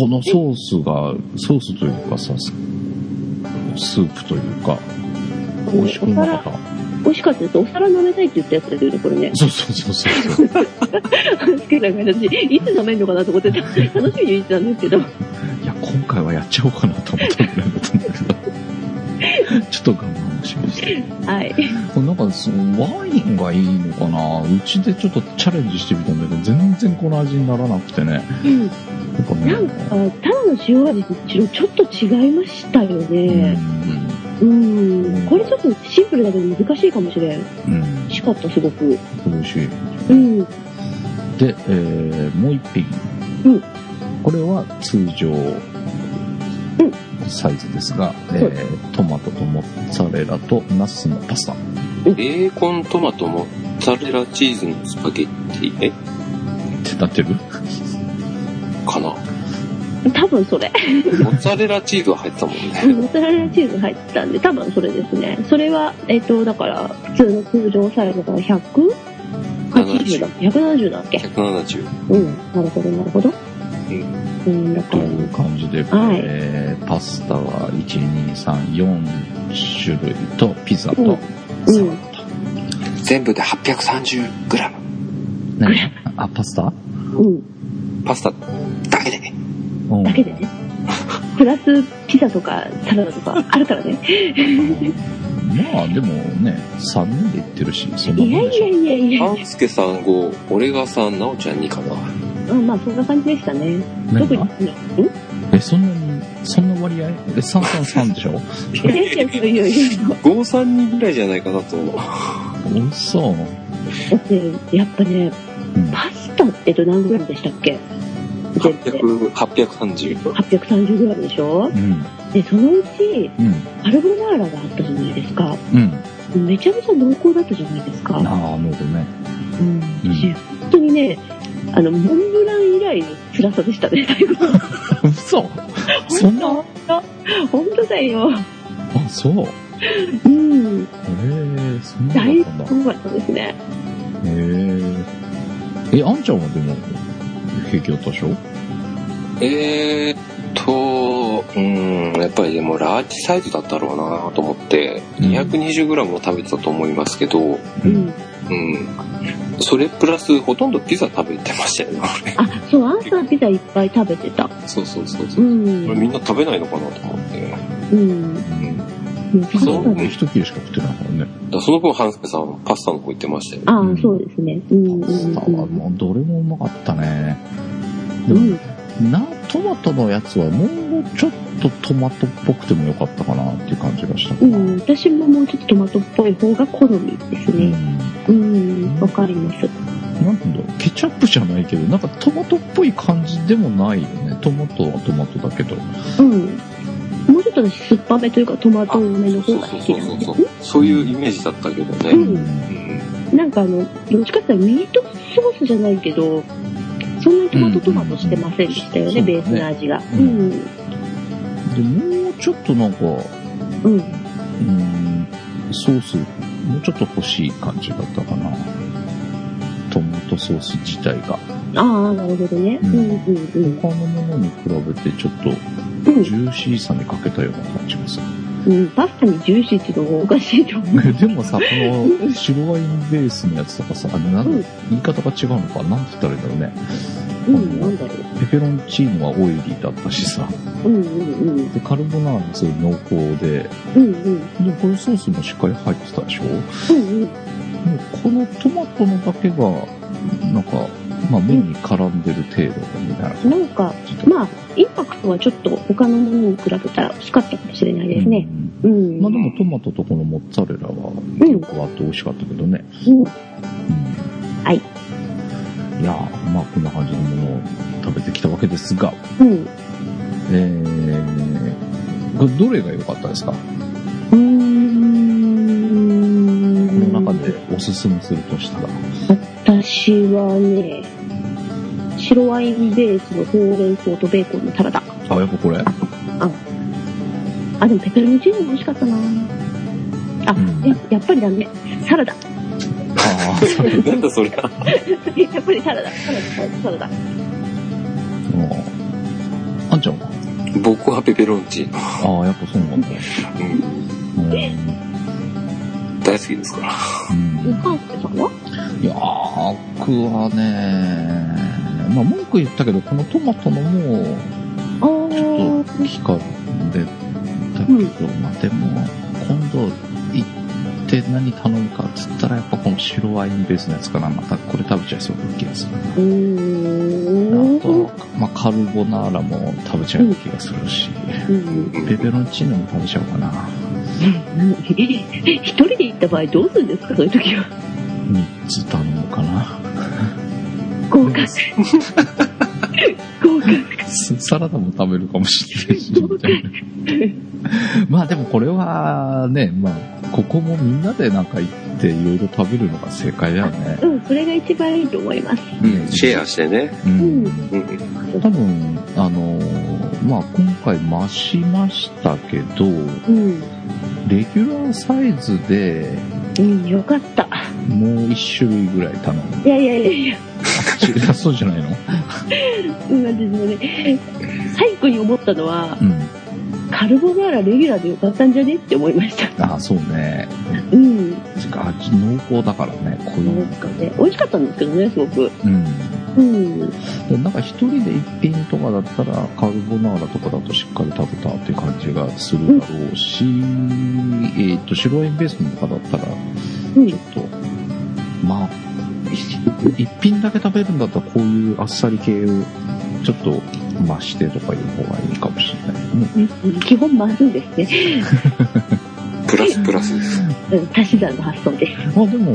Speaker 2: のソースがソースというかさススープというか美味しくなかっ
Speaker 3: 美味しかったです。お皿舐めたいって言ったやつだけど、これね
Speaker 2: た。そうそうそうそう
Speaker 3: 好きな感じ。いつ舐めるのかなと思ってた。楽しみにしてたんですけど。
Speaker 2: いや今回はやっちゃおうかなと思ったぐらいだったんだけど ちょっと我慢しました
Speaker 3: はい。
Speaker 2: これなんかそのワインがいいのかなうちでちょっとチャレンジしてみたんだけど全然この味にならなくてねやっぱね
Speaker 3: なんか、ただの塩味とちょっと違いましたよね。
Speaker 2: うん
Speaker 3: うん。これちょっとシンプルだけど難しいかもしれん。美
Speaker 2: うん
Speaker 3: 味しかった、すごく。
Speaker 2: 美味しい
Speaker 3: うん。うん。
Speaker 2: で、えーもう一品、
Speaker 3: うん
Speaker 2: これは通常サイズですが、えートマトとモッツァレラとナスのパスタ
Speaker 1: ベーコントマトモッツァレラチーズのスパゲッティえ
Speaker 2: ってなってる
Speaker 1: かな
Speaker 3: 多分それ。
Speaker 1: モッツァレラチーズは入ってたもんね
Speaker 3: モッツァレラチーズ入ってたんで、多分それですね。それは、えっ、と、だから、普通の通常サイズが 100?80 だっけ ?170 だっけ
Speaker 1: 170
Speaker 3: うん。なるほど、なるほど。うん、だ
Speaker 2: と
Speaker 3: から、
Speaker 2: いう感じで、
Speaker 3: はい
Speaker 2: えーパスタは1234種類とピザと
Speaker 3: うん
Speaker 2: サラ
Speaker 1: 全部で 830g
Speaker 2: ダ、何あパスタ、
Speaker 3: うん。
Speaker 1: パスタだけで
Speaker 2: うん
Speaker 3: だけでね。プラス、ピザとかサラダとかあるからね。
Speaker 2: まあでもね3人で行ってるしそんないも
Speaker 3: や
Speaker 2: んで
Speaker 3: い
Speaker 2: しょ
Speaker 3: やいやいや。
Speaker 1: 半助さん5俺が3なおちゃん2かな
Speaker 3: うん、まあ、そんな感じでしたね。
Speaker 2: 何
Speaker 3: 特
Speaker 2: が
Speaker 3: に、うん
Speaker 2: えそんなにそんな割合え333でしょ
Speaker 3: いやいやいやいや
Speaker 1: 53人ぐらいじゃないかなと思う
Speaker 2: 美味しそう。
Speaker 3: だって、やっぱね、
Speaker 2: うん
Speaker 3: パスタってど何グラムでしたっけ全部で。
Speaker 1: 800 830
Speaker 3: 830グラムでしょ
Speaker 2: うん。
Speaker 3: で、そのうち、
Speaker 2: うん。
Speaker 3: カルボナーラがあったじゃないですか。
Speaker 2: うん。
Speaker 3: めちゃめちゃ濃厚だったじゃないですか。
Speaker 2: ああ、なるほどね。
Speaker 3: うん。
Speaker 2: うん
Speaker 3: 私本当にね、あの、モンブラン以来の辛さでしたね、最後。
Speaker 2: 嘘そんな
Speaker 3: 本当本当だよ。
Speaker 2: あ、そう。へ
Speaker 3: う
Speaker 2: え、
Speaker 3: ん。
Speaker 2: そんな
Speaker 3: 大
Speaker 2: の
Speaker 3: 好
Speaker 2: だったんだ。
Speaker 3: きだったですね。
Speaker 2: へえ。え、あんちゃんはでも、平気だったでしょ
Speaker 1: えーっとうんやっぱりでもラージサイズだったろうなと思って
Speaker 2: うん
Speaker 1: 220g を食べてたと思いますけど
Speaker 3: う
Speaker 2: うんん。
Speaker 1: うんそれプラスほとんどピザ食べてましたよね
Speaker 3: あ、そう、朝ピザいっぱい食べてた。
Speaker 1: そうそうそうそうう、
Speaker 3: ん。
Speaker 1: これみんな食べないのかなと思って
Speaker 3: うん。
Speaker 2: ピザ
Speaker 1: そう
Speaker 2: は一切れしか食ってないからね。
Speaker 1: だからその分半助さんはパスタの方行ってましたよね
Speaker 2: う
Speaker 3: ああ、
Speaker 2: ん
Speaker 3: そうですね。うん。
Speaker 2: パスタはもうどれもうまかったね。で
Speaker 3: う
Speaker 2: も
Speaker 3: ん、
Speaker 2: な、トマトのやつはもうちょっとトマトっぽくてもよかったかなっていう感じがしたか
Speaker 3: う
Speaker 2: な。
Speaker 3: ん、私ももうちょっとトマトっぽい方が好みです
Speaker 2: う
Speaker 3: ね。
Speaker 2: ん
Speaker 3: うん、わかります。
Speaker 2: なんだろうケチャップじゃないけどなんかトマトっぽい感じでもないよねトマトはトマトだけど
Speaker 3: うん。もうちょっと私酸っぱめというかトマト多めの方が好きな
Speaker 1: そ
Speaker 3: ん
Speaker 1: う
Speaker 3: で
Speaker 1: そうそうそうそういうイメージだったけど
Speaker 3: う
Speaker 1: ね、
Speaker 3: ん
Speaker 1: うん
Speaker 3: なんかあの、どっちかっていうとミートソースじゃないけど、そんなにトマトトマトしてませんでしたよね、
Speaker 2: うん
Speaker 3: ベースの味が。う。
Speaker 2: うんでもうちょっとなんかう
Speaker 3: う
Speaker 2: ー
Speaker 3: ん。
Speaker 2: んソースもうちょっと欲しい感じだったかなトマトソース自体が
Speaker 3: ああ、なるほどね。う
Speaker 2: うんん
Speaker 3: うんうん。
Speaker 2: 他のものに比べてちょっと
Speaker 3: うん
Speaker 2: ジューシーさに欠けたような感じがする、
Speaker 3: うん、パスタにジューシーっていうのがおかしいと思う。
Speaker 2: でもさこの白ワインベースのやつとかさあれなん
Speaker 3: うん
Speaker 2: 言い方が違うのかなんて言ったらいいんだろうね
Speaker 3: うん、なんだろう。
Speaker 2: ペペロンチーノはオイリーだったしさ
Speaker 3: うんうんうん。
Speaker 2: でカルボナーラもすごい濃厚で
Speaker 3: うんうん。
Speaker 2: でこれソースもしっかり入ってたでしょで
Speaker 3: うんうん。
Speaker 2: このトマトのだけがなんか、まあ、麺に絡んでる程度みたいな感
Speaker 3: なんか、
Speaker 2: じで
Speaker 3: まあ、インパクトはちょっと他のものに比べたら薄かったかもしれないですね。
Speaker 2: うん
Speaker 3: うん。
Speaker 2: ま
Speaker 3: う
Speaker 2: あで
Speaker 3: ん。
Speaker 2: もトマトとこのモッツァレラはよくあって美味しかったけどね、うん
Speaker 3: はい
Speaker 2: いやーまあこんな感じのものを食べてきたわけですが
Speaker 3: うん。
Speaker 2: えー、これどれが良かったですか
Speaker 3: うー
Speaker 2: この中
Speaker 3: ん。
Speaker 2: でおすすめするとしたら
Speaker 3: 私私はね、白ワインベースのほうれん草とベーコンのサラダ。
Speaker 2: あ、やっぱこれ
Speaker 3: あ、でもペペロンチーノも美味しかったなあ、
Speaker 2: うん
Speaker 3: ややっぱりダメ。サラダ。
Speaker 2: あ
Speaker 1: なんだそれは。
Speaker 3: やっぱりサラダ。サラダ、サラダサラダ。
Speaker 2: あ、もう。あんちゃんは
Speaker 1: 僕はペペロンチーノ。
Speaker 2: ああ、やっぱそうなんだ。
Speaker 1: うん。
Speaker 2: うん。うん
Speaker 1: 大好きですから。
Speaker 3: お母さんはい
Speaker 2: やー、僕はね、まあ文句言ったけど、このトマトのもう、
Speaker 3: あ
Speaker 2: ちょっと
Speaker 3: ー
Speaker 2: 期間でだけど、まあでも、今度行って何頼むかっつったら、やっぱこの白ワインベースのやつかな。またこれ食べちゃいそうな気がする。
Speaker 3: う
Speaker 2: あ
Speaker 3: ーん。
Speaker 2: と、まあカルボナーラも食べちゃう気がするし、
Speaker 3: うん
Speaker 2: ペペロンチーノも食べちゃおうかな。
Speaker 3: うん一人で行った場合どうするんですかそういう時は。
Speaker 2: 3つ頼むかな。
Speaker 3: 合格。合格。
Speaker 2: サラダも食べるかもしれないし、みたいな。まあでもこれはね、まあ、ここもみんなでなんか行っていろいろ食べるのが正解だよね。
Speaker 3: うん、それが一番いいと思います。
Speaker 2: うん
Speaker 1: シェアしてね。
Speaker 2: う
Speaker 3: うんん。
Speaker 1: うん。
Speaker 2: 多分、あのーまあ今回増しましたけど、
Speaker 3: うん。
Speaker 2: レギュラーサイズで
Speaker 3: うん、よかった。
Speaker 2: もう一種類ぐらい頼む。
Speaker 3: いやいやいやいや、
Speaker 2: 違う そうじゃないの
Speaker 3: うん、私もね、最後に思ったのは、
Speaker 2: うん。
Speaker 3: カルボナーラレギュラーでよかったんじゃねって思いました。
Speaker 2: ああ、そうね。
Speaker 3: うん。な
Speaker 2: てか味濃厚だからね、こうい
Speaker 3: ん
Speaker 2: う。
Speaker 3: かね、美味しかったんですけどね、すごく。
Speaker 2: うん。
Speaker 3: うん。
Speaker 2: でなんか一人で一品とかだったらカルボナーラとかだとしっかり食べたっていう感じがするだろうし、えっ、と白ワインベースのとかだったら
Speaker 3: うん
Speaker 2: ちょっと、まあ一一品だけ食べるんだったらこういうあっさり系をちょっと増してとかいう方がいいかもしれないね。
Speaker 3: うん基本まずいですね。
Speaker 1: プラスプラスです。
Speaker 3: うん、足し算の発想です。
Speaker 2: まあでも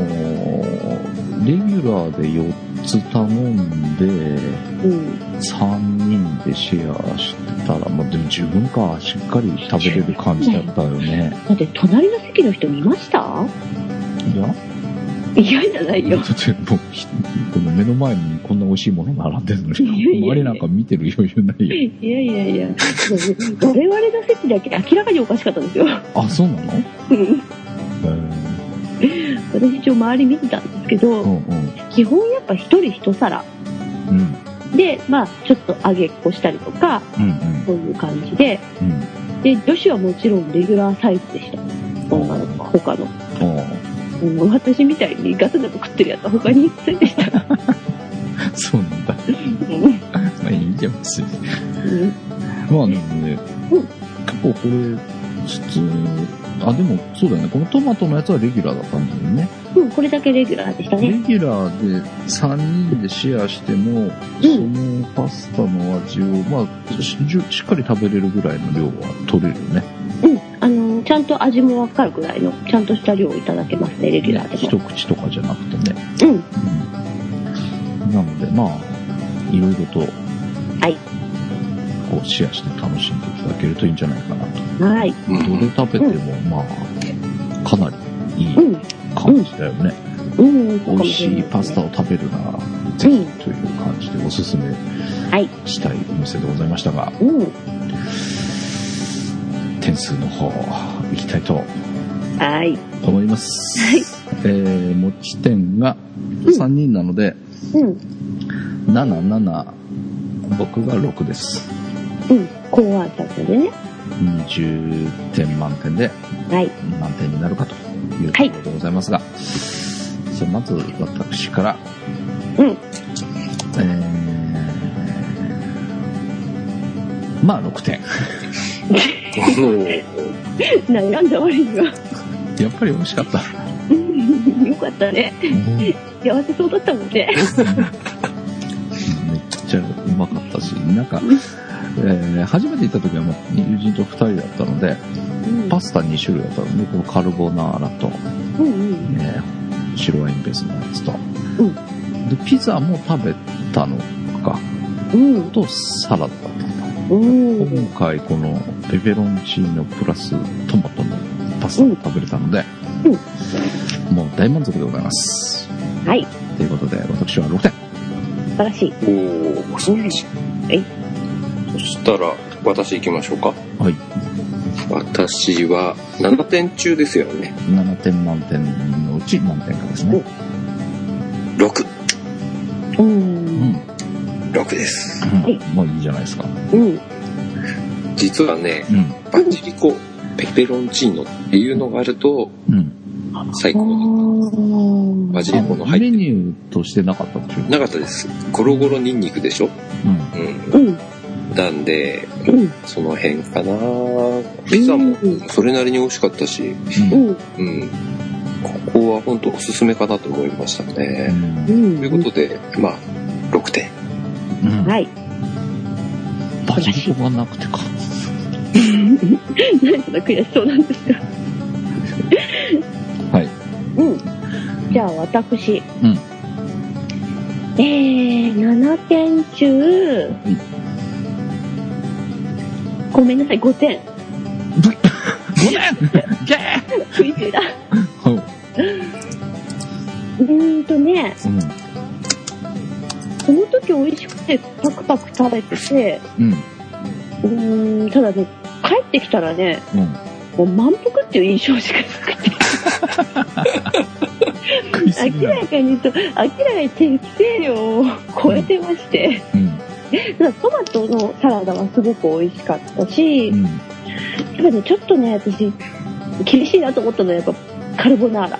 Speaker 2: レギュラーで4つ頼んで
Speaker 3: うん。
Speaker 2: 3人でシェアしたら、まあ、でも十分かしっかり食べれる感じだったよね
Speaker 3: だって、隣の席の人見ました
Speaker 2: いや
Speaker 3: 嫌じゃない
Speaker 2: だ
Speaker 3: よ
Speaker 2: っ。てもうひこの目の前にこんな美味しいもの並んでるの
Speaker 3: いやいやい
Speaker 2: に
Speaker 3: や
Speaker 2: 周りなんか見てる余裕ないよ
Speaker 3: いやいやいや、我々の席だけ明らかにおかしかったんですよ。
Speaker 2: あそうなの
Speaker 3: うん
Speaker 2: うん
Speaker 3: 私一応周り見てたんですけど、
Speaker 2: うんうん
Speaker 3: 基本やっぱ一人一皿
Speaker 2: うん
Speaker 3: で、まあ、ちょっと揚げっこしたりとか、
Speaker 2: うん
Speaker 3: そういう感じで、
Speaker 2: うんうん
Speaker 3: で、女子はもちろんレギュラーサイズでした。女の子、他の。
Speaker 2: あ
Speaker 3: うん私みたいにガツガツ食ってるやつは他に一切でした。
Speaker 2: あそうなんだ
Speaker 3: うん
Speaker 2: まあいいんじゃん別にまあでもね、
Speaker 3: うん
Speaker 2: 結構これ普通あでもそうだよねこのトマトのやつはレギュラーだったんだよね
Speaker 3: うん、これだけレギュラーでした
Speaker 2: レ
Speaker 3: ね。
Speaker 2: ギュラーで3人でシェアしても、そのパスタの味を、まあ、ししっかり食べれるぐらいの量は取れるね。
Speaker 3: うん。あの、ちゃんと味もわかるくらいの、ちゃんとした量をいただけますね、レギュラーで
Speaker 2: 一
Speaker 3: も。
Speaker 2: 口とかじゃなくてね。
Speaker 3: うん。
Speaker 2: うんなので、まあ、いろいろと、
Speaker 3: はい
Speaker 2: こう、シェアして楽しんでいただけるといいんじゃないかなと。
Speaker 3: はい。
Speaker 1: う
Speaker 2: どれ
Speaker 1: ん。
Speaker 2: 食べても、まあ、かなりいい
Speaker 3: うん。
Speaker 2: 感じだよね。
Speaker 3: うん。
Speaker 2: 美味しいパスタを食べるなら、ぜひという感じでおすすめ
Speaker 3: はい
Speaker 2: したいお店でございましたが、
Speaker 3: うん。
Speaker 2: 点数の方いきたいと
Speaker 3: はい。
Speaker 2: 思います、
Speaker 3: はい
Speaker 2: えー持ち点が3人なので、
Speaker 3: うん。
Speaker 2: 77僕が6です
Speaker 3: うん。高圧着でね。
Speaker 2: 20点満点で
Speaker 3: はい。
Speaker 2: 何点になるかというところでございますが、じゃあまず私から
Speaker 3: うん
Speaker 2: えーまあ6点
Speaker 3: 悩んだ割には。
Speaker 2: やっぱり美味しか った
Speaker 3: うん よかったね。幸せそうだったもんね。
Speaker 2: めっちゃうまかったし、なんか、えー初めて行った時はまあ友人と2人だったので、
Speaker 3: うん
Speaker 2: パスタ2種類だったので、このカルボナーラと、
Speaker 3: うん
Speaker 2: えー白ワインベースのやつと、
Speaker 3: うん
Speaker 2: で、ピザも食べたのか、
Speaker 3: うん。うん。
Speaker 2: とサラダだったの
Speaker 3: うん。
Speaker 2: 今回このペペロンチーノプラストマトのパスタを食べれたので、
Speaker 3: うん
Speaker 2: もう大満足でございます。
Speaker 3: はい。
Speaker 2: ということで、私は6点。
Speaker 3: 素晴らしい。
Speaker 1: おおそうらしい
Speaker 3: え
Speaker 1: そしたら私行きましょうか
Speaker 2: はい。
Speaker 1: 私は7点中ですよね
Speaker 2: 7点満点のうち何点かですね。
Speaker 1: 66
Speaker 3: う。
Speaker 2: うんん。
Speaker 1: です
Speaker 3: い
Speaker 2: もういいじゃないですか。
Speaker 3: うん。
Speaker 1: 実はね
Speaker 2: うん。
Speaker 1: バチリコペペロンチーノっていうのがあると
Speaker 2: うん。
Speaker 1: 最
Speaker 3: あ
Speaker 1: 高に
Speaker 3: ー
Speaker 1: バジリコの
Speaker 2: あ
Speaker 1: 入
Speaker 2: メ
Speaker 1: って
Speaker 2: ニューとしてなかったでしょ
Speaker 1: なかったですゴロゴロニンニクでしょ
Speaker 2: う
Speaker 1: う
Speaker 2: ん。
Speaker 3: うん。
Speaker 1: んなんで
Speaker 3: うん。
Speaker 1: その辺かなピザもそれなりに美味しかったし
Speaker 2: うん。
Speaker 3: うん。
Speaker 1: うんここは本当おすすめかなと思いましたね
Speaker 3: う
Speaker 2: うん
Speaker 3: ん。
Speaker 1: ということでまあ6点
Speaker 2: うん
Speaker 3: はい。
Speaker 2: バジリコがなくてか。
Speaker 3: 何その悔しそうなんですか。
Speaker 2: はい。
Speaker 3: うん。じゃあ私。
Speaker 2: うん。
Speaker 3: えー、7点中、
Speaker 2: ん
Speaker 3: ごめんなさい、5点。
Speaker 2: 5点ゲー
Speaker 3: 食いついだ。
Speaker 2: うん
Speaker 3: うーんとね、
Speaker 2: うん。
Speaker 3: その時美味しくてパクパク食べてて、
Speaker 2: うん。
Speaker 3: うーん、ただね、帰ってきたらね、
Speaker 2: うん。
Speaker 3: もう満腹っていう印象しかなくて、
Speaker 2: 食いすぎ
Speaker 3: 明
Speaker 2: ない。
Speaker 3: らかにと、明らかに適正量を超えてまして。
Speaker 2: うん。
Speaker 3: ただトマトのサラダはすごく美味しかったし、
Speaker 2: うん。
Speaker 3: やっぱね、ちょっとね、私、厳しいなと思ったのは、やっぱ、カルボナーラ。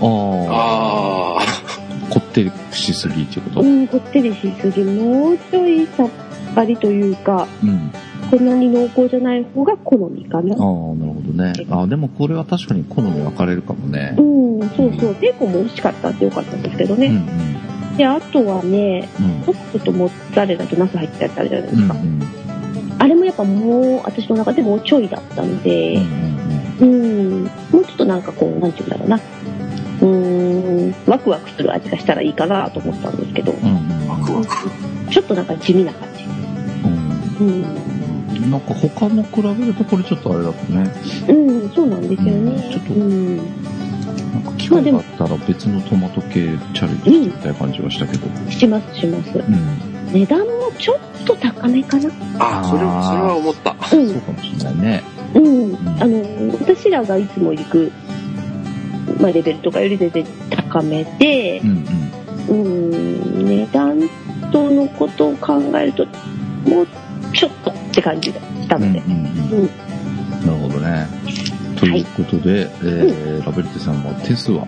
Speaker 2: ああ。
Speaker 1: ああ
Speaker 2: こってりしすぎっていうこと
Speaker 3: うん、こってりしすぎ、もうちょいさっぱりというか、
Speaker 2: うん。
Speaker 3: こんなに濃厚じゃない方が好みか
Speaker 2: ああ、なる
Speaker 3: な。
Speaker 2: ほどね。ああ、でもこれは確かに好み分かれるかもね
Speaker 3: う。ん、そうそう。ベーコンも美味しかったってよかったんですけど
Speaker 2: うん。う
Speaker 3: ね。
Speaker 2: ん。
Speaker 3: で、あとはね、
Speaker 2: うん。
Speaker 3: トップとモッツァレラとナス入ってたやつあるじゃないで
Speaker 2: う
Speaker 3: す
Speaker 2: ん。う
Speaker 3: か。
Speaker 2: ん。
Speaker 3: あれもやっぱもう、私の中でもうちょいだったので、うん、もうちょっとなんかこう、なんていうんだろうな。うーん、ワクワクする味がしたらいいかなと思ったんですけど、
Speaker 2: うん。うん。
Speaker 1: ワクワク
Speaker 3: ちょっとなんか地味な感じ。うん、
Speaker 2: うん。なんか他の比べるとこれちょっとあれだったね。
Speaker 3: うん、そうなんですよ
Speaker 2: うんちょっ
Speaker 3: ね。
Speaker 2: と
Speaker 3: うん、
Speaker 2: なんか機会があったら別のトマト系チャレンジしてみたい感じはしたけど。
Speaker 3: しますします。
Speaker 2: うん。
Speaker 3: 値段もちょっと高めかな。
Speaker 1: ああそれ
Speaker 2: あ
Speaker 1: は
Speaker 2: ー
Speaker 1: それは思った
Speaker 2: そうかもしれないね。
Speaker 3: うん、うん、あの、私らがいつも行く、まあ、レベルとかより全然高めで
Speaker 2: う、ん
Speaker 3: うん、値段とのことを考えると、もうちょっとって感じだした
Speaker 2: うん。
Speaker 3: ので。
Speaker 2: うんうんうん。なるほどね。ということで、えー、ラベルテさんは点数は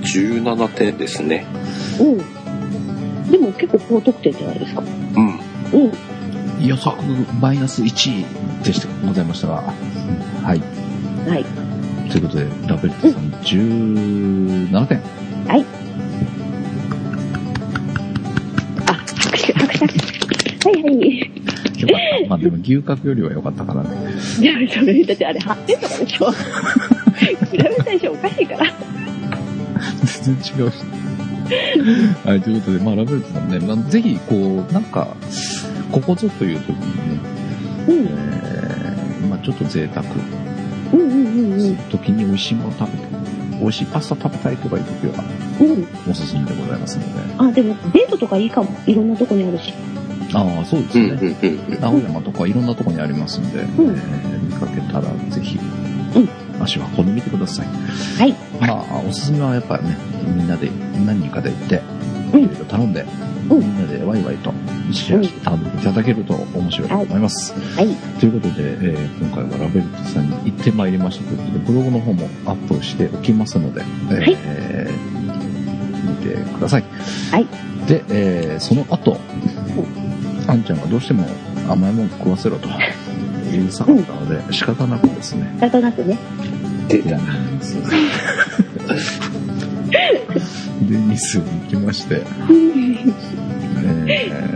Speaker 1: 17点ですね
Speaker 3: うん。でも結構高得点じゃないですか。
Speaker 1: うん
Speaker 3: うん。
Speaker 2: 予測マイナス1でしてございましたが、はい。
Speaker 3: はい。
Speaker 2: ということで、ラベルテさん17点。
Speaker 3: あ、拍手、拍手、拍手。はいはい。
Speaker 2: よかった。まあでも牛角よりは良かったからね。
Speaker 3: じゃあ、それ、だってあれ8点とかでしょ比べたでしょおかしいから。
Speaker 2: 全然違うし。はい、ということで、まあラベルテさんね、まあ、ぜひ、こう、なんか、ここぞという時にね、
Speaker 3: う
Speaker 2: え
Speaker 3: ん。
Speaker 2: ー、まあちょっと贅沢
Speaker 3: うんうんうんうん。
Speaker 2: 時に美味しいもの食べて、美味しいパスタ食べたいとかいう時は、
Speaker 3: うん。
Speaker 2: おすすめでございますので。
Speaker 3: あ、でも、デートとかいいかも。いろんなとこにあるし。
Speaker 2: ああ、そうで
Speaker 1: う
Speaker 2: す
Speaker 1: ん
Speaker 2: ね。
Speaker 1: うんうん
Speaker 2: 青山とかいろんなとこにありますんで、
Speaker 3: ん
Speaker 2: えー見かけたらぜひ、
Speaker 3: う
Speaker 2: 足は運んでみてください。
Speaker 3: はい。
Speaker 2: まあ、おすすめはやっぱね、みんなで、何人かで行って、
Speaker 3: うん
Speaker 2: いろいろ頼んで、
Speaker 3: うん
Speaker 2: みんなでワイワイとシェアして頼んでいただけると面白いと思います。
Speaker 3: はい。
Speaker 2: ということで、えー今回はラベルトさんに行ってまいりましたということで、ブログの方もアップしておきますので、
Speaker 3: い
Speaker 2: えー見てください。
Speaker 3: はい。
Speaker 2: で、えーその後、あんちゃんがどうしても甘いもん食わせろと言いさかったので、仕方なくですね、
Speaker 3: 仕方なくね。
Speaker 1: 出
Speaker 2: い
Speaker 1: た
Speaker 2: や で、ニスに行きまして、
Speaker 3: うん。
Speaker 2: えー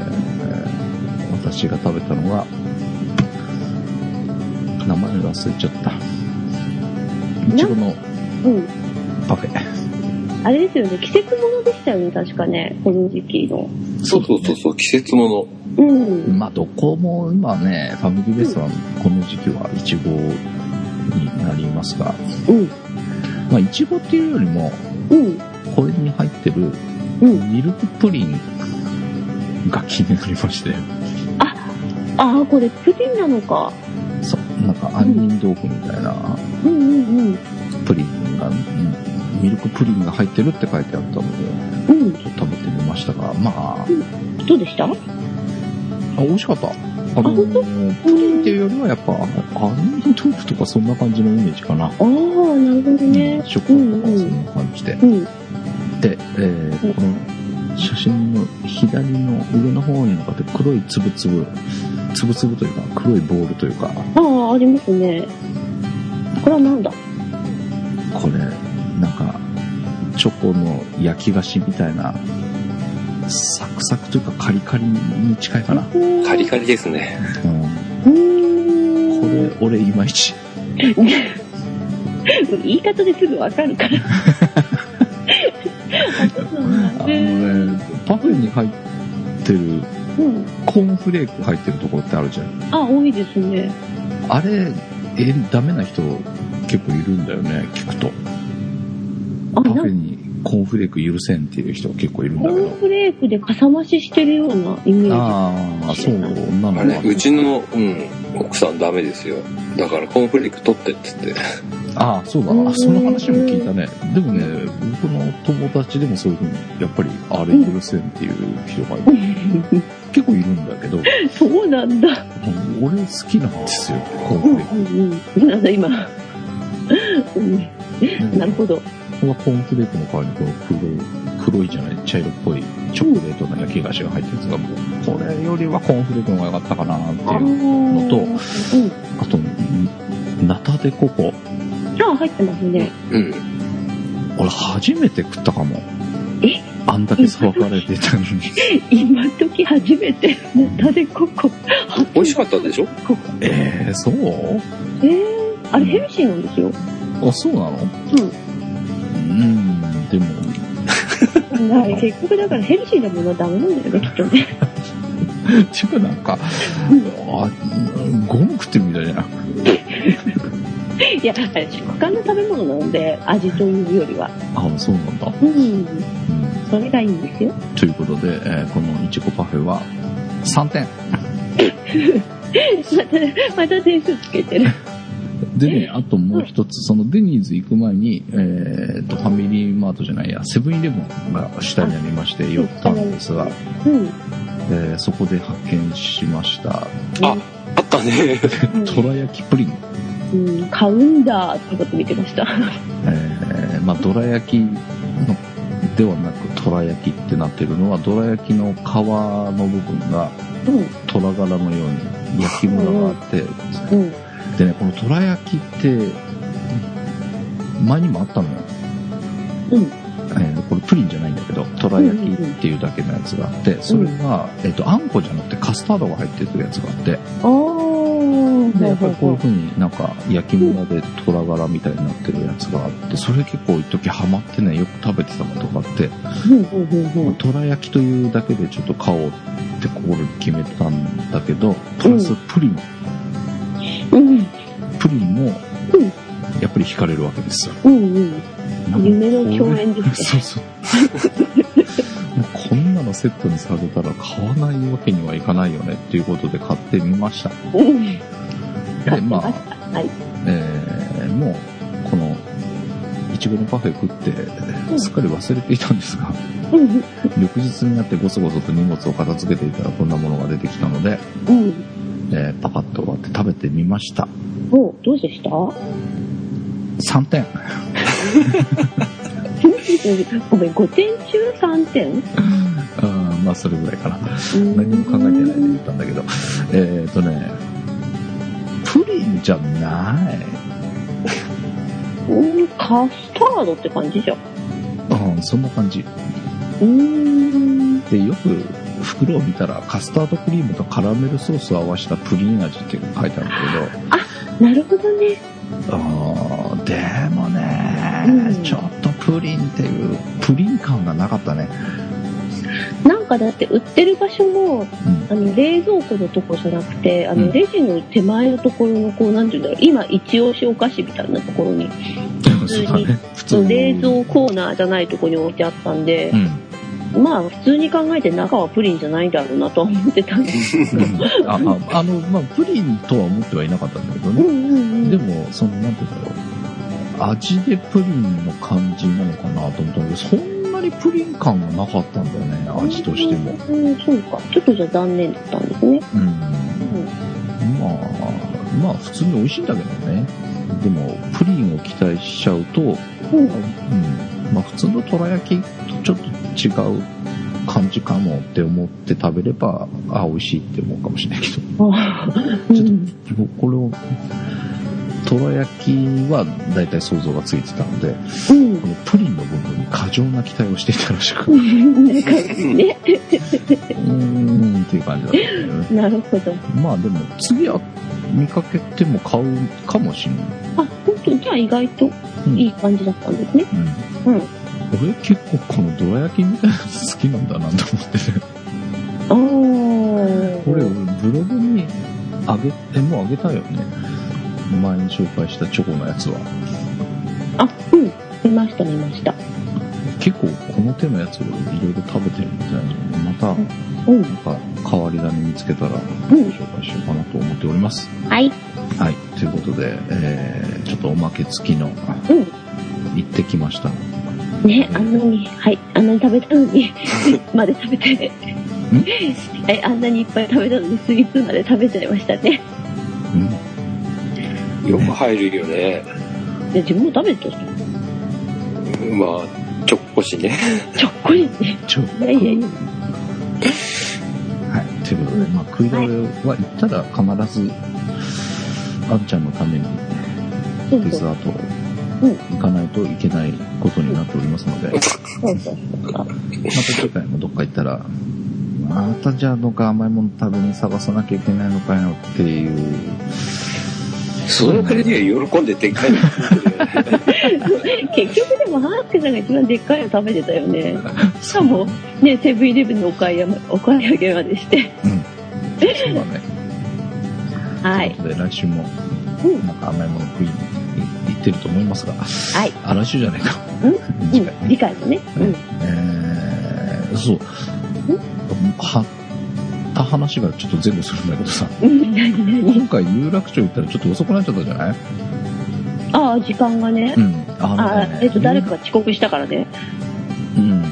Speaker 2: 私が食べたのが、名前忘れちゃった。いちごの
Speaker 3: うん。
Speaker 2: パフェ。
Speaker 3: あれですよね。季節物でしたよね。確かね。この時期の。
Speaker 1: そうそうそうそう季節もの
Speaker 3: うん。
Speaker 2: まあ、どこも今ね、ファミリーレストラン、この時期はいちごになりますが、
Speaker 3: うん。
Speaker 2: まあ、いちごっていうよりも、
Speaker 3: うん。
Speaker 2: これに入ってる
Speaker 3: うん。
Speaker 2: ミルクプリンが気になりまして、
Speaker 3: ああ、これプリンなのか。
Speaker 2: そう、なんか杏仁豆腐みたいな
Speaker 3: うんうんうん。
Speaker 2: プリンが、うんミルクプリンが入ってるって書いてあったので、
Speaker 3: うん。
Speaker 2: ちょっと食べてみましたが、まあ、
Speaker 3: どうでした
Speaker 2: あ美味しかった。あの
Speaker 3: 本
Speaker 2: プリンっていうよりはやっぱ、杏仁豆腐とかそんな感じのイメージかな。
Speaker 3: ああ、なるほどね。
Speaker 2: 食感とかそんな感じで。
Speaker 3: うん。
Speaker 2: で、えーこの写真の左の上の方に向かって黒い粒々、粒々というか黒いボールというか、
Speaker 3: ああ、ありますね。これはなんだ
Speaker 2: これ、なんか、チョコの焼き菓子みたいな、サクサクというかカリカリに近いかな。
Speaker 1: カリカリですね。
Speaker 2: うん、
Speaker 3: うーん。
Speaker 2: これ、俺いまいち。
Speaker 3: 言い方ですぐわかるから。あそうなん
Speaker 2: あの
Speaker 3: だね
Speaker 2: ね、パフェに入ってる、
Speaker 3: うん。
Speaker 2: コーンフレーク入ってるところってあるじゃん。
Speaker 3: あ、多いですね。
Speaker 2: あれ、え、ダメな人結構いるんだよね、聞くと。
Speaker 3: あ、
Speaker 2: パ
Speaker 3: な
Speaker 2: フェ
Speaker 3: んか
Speaker 2: にコーンフレーク許せんっていう人結構いるん
Speaker 3: コ
Speaker 2: だけ
Speaker 3: ーン
Speaker 2: ど。
Speaker 3: フレークでかさ増ししてるようなイメージ。
Speaker 2: ああ、そうなの
Speaker 1: あ
Speaker 2: か
Speaker 1: れ、うちの、うん、奥さんダメですよ。だからコーンフレーク取ってっつって。
Speaker 2: ああ、そうだな。その話も聞いたね。でもね、僕の友達でもそういうふうに、やっぱり、あれ許せんっていう人が結構いるんだけど、
Speaker 3: そうなんだ。
Speaker 2: うん俺好きなんですよ、コー
Speaker 3: う
Speaker 2: ン
Speaker 3: ん
Speaker 2: フレー
Speaker 3: うんうん。なんだ今。う
Speaker 2: ク。
Speaker 3: んなるほど。
Speaker 2: ここはコーンフレークの代わりにこの黒い、黒いじゃない、茶色っぽいチョコレートの焼き菓子が入ってるんですが、もうこれよりはコーンフレークの方が良かったかなって
Speaker 3: ああ
Speaker 2: いう。
Speaker 3: ー。
Speaker 2: と
Speaker 3: うん。
Speaker 2: あと、ナタデココ。
Speaker 3: あ、入ってますね。
Speaker 1: うん。
Speaker 2: 俺初めて食ったかも。
Speaker 3: え
Speaker 2: あんだけ騒がれてたのに。
Speaker 3: 今時初めて、なたでここ。
Speaker 1: 美味しかったでしょ
Speaker 3: ここ
Speaker 2: えー、そう
Speaker 3: えー、あれヘルシーなんですよ。
Speaker 2: あ、そうなのうん。うん、でも、
Speaker 3: うん。はい。結局だからヘルシーなものはダメなんだよね、きっとね。
Speaker 2: ていうかなんか、あゴム食ってるみたいじゃなく
Speaker 3: いや、あれ、食感の食べ物なので、味というよりは。
Speaker 2: あ、そうなんだ。
Speaker 3: うん。
Speaker 2: うん、
Speaker 3: それがいいんですよ。
Speaker 2: ということで、えーこのいちごパフェは3点。
Speaker 3: また、 また点数つけてる。
Speaker 2: でね、あともう一つ、そのデニーズ行く前に、えー、と、ファミリーマートじゃないや、セブンイレブンが下にありまして、寄ったんですが、
Speaker 3: うん。
Speaker 2: えーそこで発見しました、
Speaker 1: ああったね。
Speaker 3: うん
Speaker 2: とら焼きプリン。
Speaker 3: うん、買うんだ、ってこと見てました。
Speaker 2: えーまあ、どら焼きのではなく、とら焼きってなってるのは、どら焼きの皮の部分が、
Speaker 3: う
Speaker 2: 虎柄のように焼き物があって、
Speaker 3: ん。うん。
Speaker 2: でね、このとら焼きって、前にもあったのよ。
Speaker 3: うん
Speaker 2: えーこれプリンじゃないんだけど、とら焼きっていうだけのやつがあって、それが、えっ、と、あんこじゃなくてカスタードが入ってるやつがあって、
Speaker 3: あー。
Speaker 2: で、やっぱりこういう
Speaker 3: う。
Speaker 2: 風になんか焼き物で虎柄みたいになってるやつがあって、それ結構一時ハマってね、よく食べてたのとかあって、
Speaker 3: うんうんうんうん。
Speaker 2: 虎焼きというだけでちょっと買おうって心に決めたんだけど、プラスプリン、
Speaker 3: うん
Speaker 2: プリンも
Speaker 3: うん、
Speaker 2: やっぱり惹かれるわけですよ。
Speaker 3: うん
Speaker 2: な
Speaker 3: うんん。
Speaker 2: か
Speaker 3: 夢の共演ですね。
Speaker 2: そうそう。もうこんなのセットにされたら買わないわけにはいかないよねっていうことで買ってみました。
Speaker 3: うん
Speaker 2: で、まあ、
Speaker 3: はい
Speaker 2: えーもう、この、いちごのパフェ食っ
Speaker 3: う
Speaker 2: て、
Speaker 3: ん
Speaker 2: すっかり忘れていたんです が、
Speaker 3: うん
Speaker 2: 翌日になってごそごそと荷物を片付けていたらこんなものが出てきたので、
Speaker 3: うん。
Speaker 2: えーパパッと終わって食べてみました。
Speaker 3: おどうでした
Speaker 2: 3点。
Speaker 3: ごめん、5点中3点
Speaker 2: うん、まあ、それぐらいかな。何も考えてないで言ったんだけど、えっ、とね、プリンじゃない。
Speaker 3: うん、カスタードって感じじゃん。
Speaker 2: うん、そんな感じ。
Speaker 3: うーん。
Speaker 2: で、よく袋を見たら、カスタードクリームとカラメルソースを合わせたプリン味って書いてあるんだけど、
Speaker 3: なるほどね。
Speaker 2: あーでもね、
Speaker 3: うん
Speaker 2: ちょっとプリンっていうプリン感がなかったね
Speaker 3: なんかだって売ってる場所も、
Speaker 2: うん
Speaker 3: あの、冷蔵庫のとこじゃなくて、あ
Speaker 2: うん
Speaker 3: の、レジの手前のところの、こう、なんていうんだろう、今、一押しお菓子みたいなところに、
Speaker 2: そうだね普
Speaker 3: その冷
Speaker 2: に
Speaker 3: 蔵コーナーじゃないところに置いてあったんで
Speaker 2: う、ん
Speaker 3: まあ普通に考えて中はプリンじゃないだろうなとは思ってたんです
Speaker 2: あああの、まあ、プリンとは思ってはいなかったんだけど
Speaker 3: けど、
Speaker 2: ね。
Speaker 3: うんうんうん
Speaker 2: でも、その、なんていうんだろう。味でプリンの感じなのかなと思ったんだけど、そんなにプリン感がなかったんだよね、味としても。
Speaker 3: うん、そうか。ちょっとじゃあ残念だったんですね。
Speaker 2: うん。まあ、まあ、普通に美味しいんだけどね。でも、プリンを期待しちゃうと、うん。
Speaker 3: うん。
Speaker 2: まあ、普通のとら焼きとちょっと違う感じかもって思って食べれば、あ、美味しいって思うかもしれないけど。
Speaker 3: あーうん
Speaker 2: 僕これをとら焼きは大体想像がついてたので
Speaker 3: うん
Speaker 2: このプリンの部分に過剰な期待をしていたらしく
Speaker 3: う。
Speaker 2: うん
Speaker 3: なんかね、
Speaker 2: ーんっていう感じだったんだよね
Speaker 3: なるほど。
Speaker 2: まあでも次は見かけても買うかもしれない、
Speaker 3: あ、本当じゃあ意外と
Speaker 2: うん
Speaker 3: いい感じだったんですね。
Speaker 2: う
Speaker 3: うんん
Speaker 2: 俺結構このどら焼きみたいなやつ好きなんだなと思ってね
Speaker 3: ああ。
Speaker 2: これ俺ブログにあげてもあげたよね前に紹介したチョコのやつは
Speaker 3: あ、うん。見ました見ました。
Speaker 2: 結構この手のやつをいろいろ食べてるみたいなのでまた
Speaker 3: うん。
Speaker 2: なんか変わり種見つけたら
Speaker 3: うん。
Speaker 2: 紹介しようかなと思っております。
Speaker 3: はい。
Speaker 2: はい。ということで、えー、ちょっとおまけ付きの、
Speaker 3: う
Speaker 2: 行ってきました。
Speaker 3: ん。ね、あんなに、はい。あんなに食べたのに、スイーツまで食べて。え、あんなにいっぱい食べたのにスイーツまで食べちゃいましたね。
Speaker 2: うん。
Speaker 1: よく入るよね。
Speaker 3: で、自分も食べてたし
Speaker 1: まあ、ちょっこしね。
Speaker 3: ちょっこりね。
Speaker 2: ちょ
Speaker 3: いやいやいや。
Speaker 2: はい。ということで、まあ、食いだれは行ったら必ず、あんちゃんのために
Speaker 3: そう
Speaker 2: デ
Speaker 3: そう。
Speaker 2: ザートを
Speaker 3: うん
Speaker 2: 行かないといけないことになっておりますの で、また
Speaker 3: そうそうそう。
Speaker 2: 次回もどっか行ったら、またじゃあどっか甘いもの食べに探さなきゃいけないのかよっていう
Speaker 1: その彼には喜んででっかいの食ってるよね。
Speaker 3: 結局でも、ハースケさんが一番でっかいの食べてたよね。 しかも、ね、セブンイレブンのお買い上げお買い上げまでして。
Speaker 2: そうだね。
Speaker 3: はい。
Speaker 2: ということで、来週も、
Speaker 3: うん
Speaker 2: なんか甘いもの食いに行ってると思いますが、
Speaker 3: はい。
Speaker 2: あ、来週じゃないか。
Speaker 3: うん
Speaker 2: 次
Speaker 3: う
Speaker 2: 回
Speaker 3: ん。理解もね。うん。
Speaker 2: えー、そう。はった話がちょっと前後するんだけどさ、
Speaker 3: うん。何何
Speaker 2: 今回有楽町行ったらちょっと遅くなっちゃったじゃない
Speaker 3: ああ、時間がね
Speaker 2: う。ん。あ
Speaker 3: あ
Speaker 2: の
Speaker 3: あ
Speaker 2: ね、
Speaker 3: えっと、誰かが遅刻したからね。
Speaker 2: うん。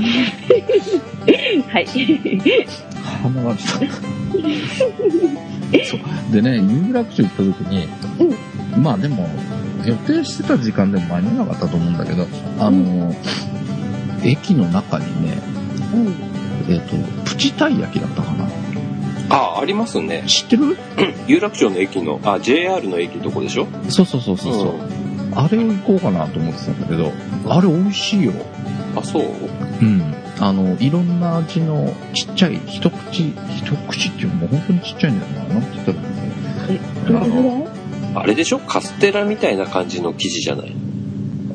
Speaker 3: はい。
Speaker 2: 鼻がちょっと そうでね有楽町行った時に、まあでも予定してた時間でも間に合わなかったと思うんだけどあの、駅の中にね、
Speaker 3: うん。
Speaker 2: えっとプチたい焼きだったかな
Speaker 1: あ、ありますね。
Speaker 2: 知ってる
Speaker 1: 有楽町の駅の、あ、JR の駅どこでしょ
Speaker 2: そうそうそうそうそう、あれを行こうかなと思ってたんだけどあれ美味しいよ
Speaker 1: あ、そう
Speaker 2: うんあのいろんな味のちっちゃい一口一口っていうのも本当にちっちゃいんだよななんて言ったらいいんだろう
Speaker 3: どれぐらい
Speaker 1: あれでしょカステラみたいな感じの生地じゃない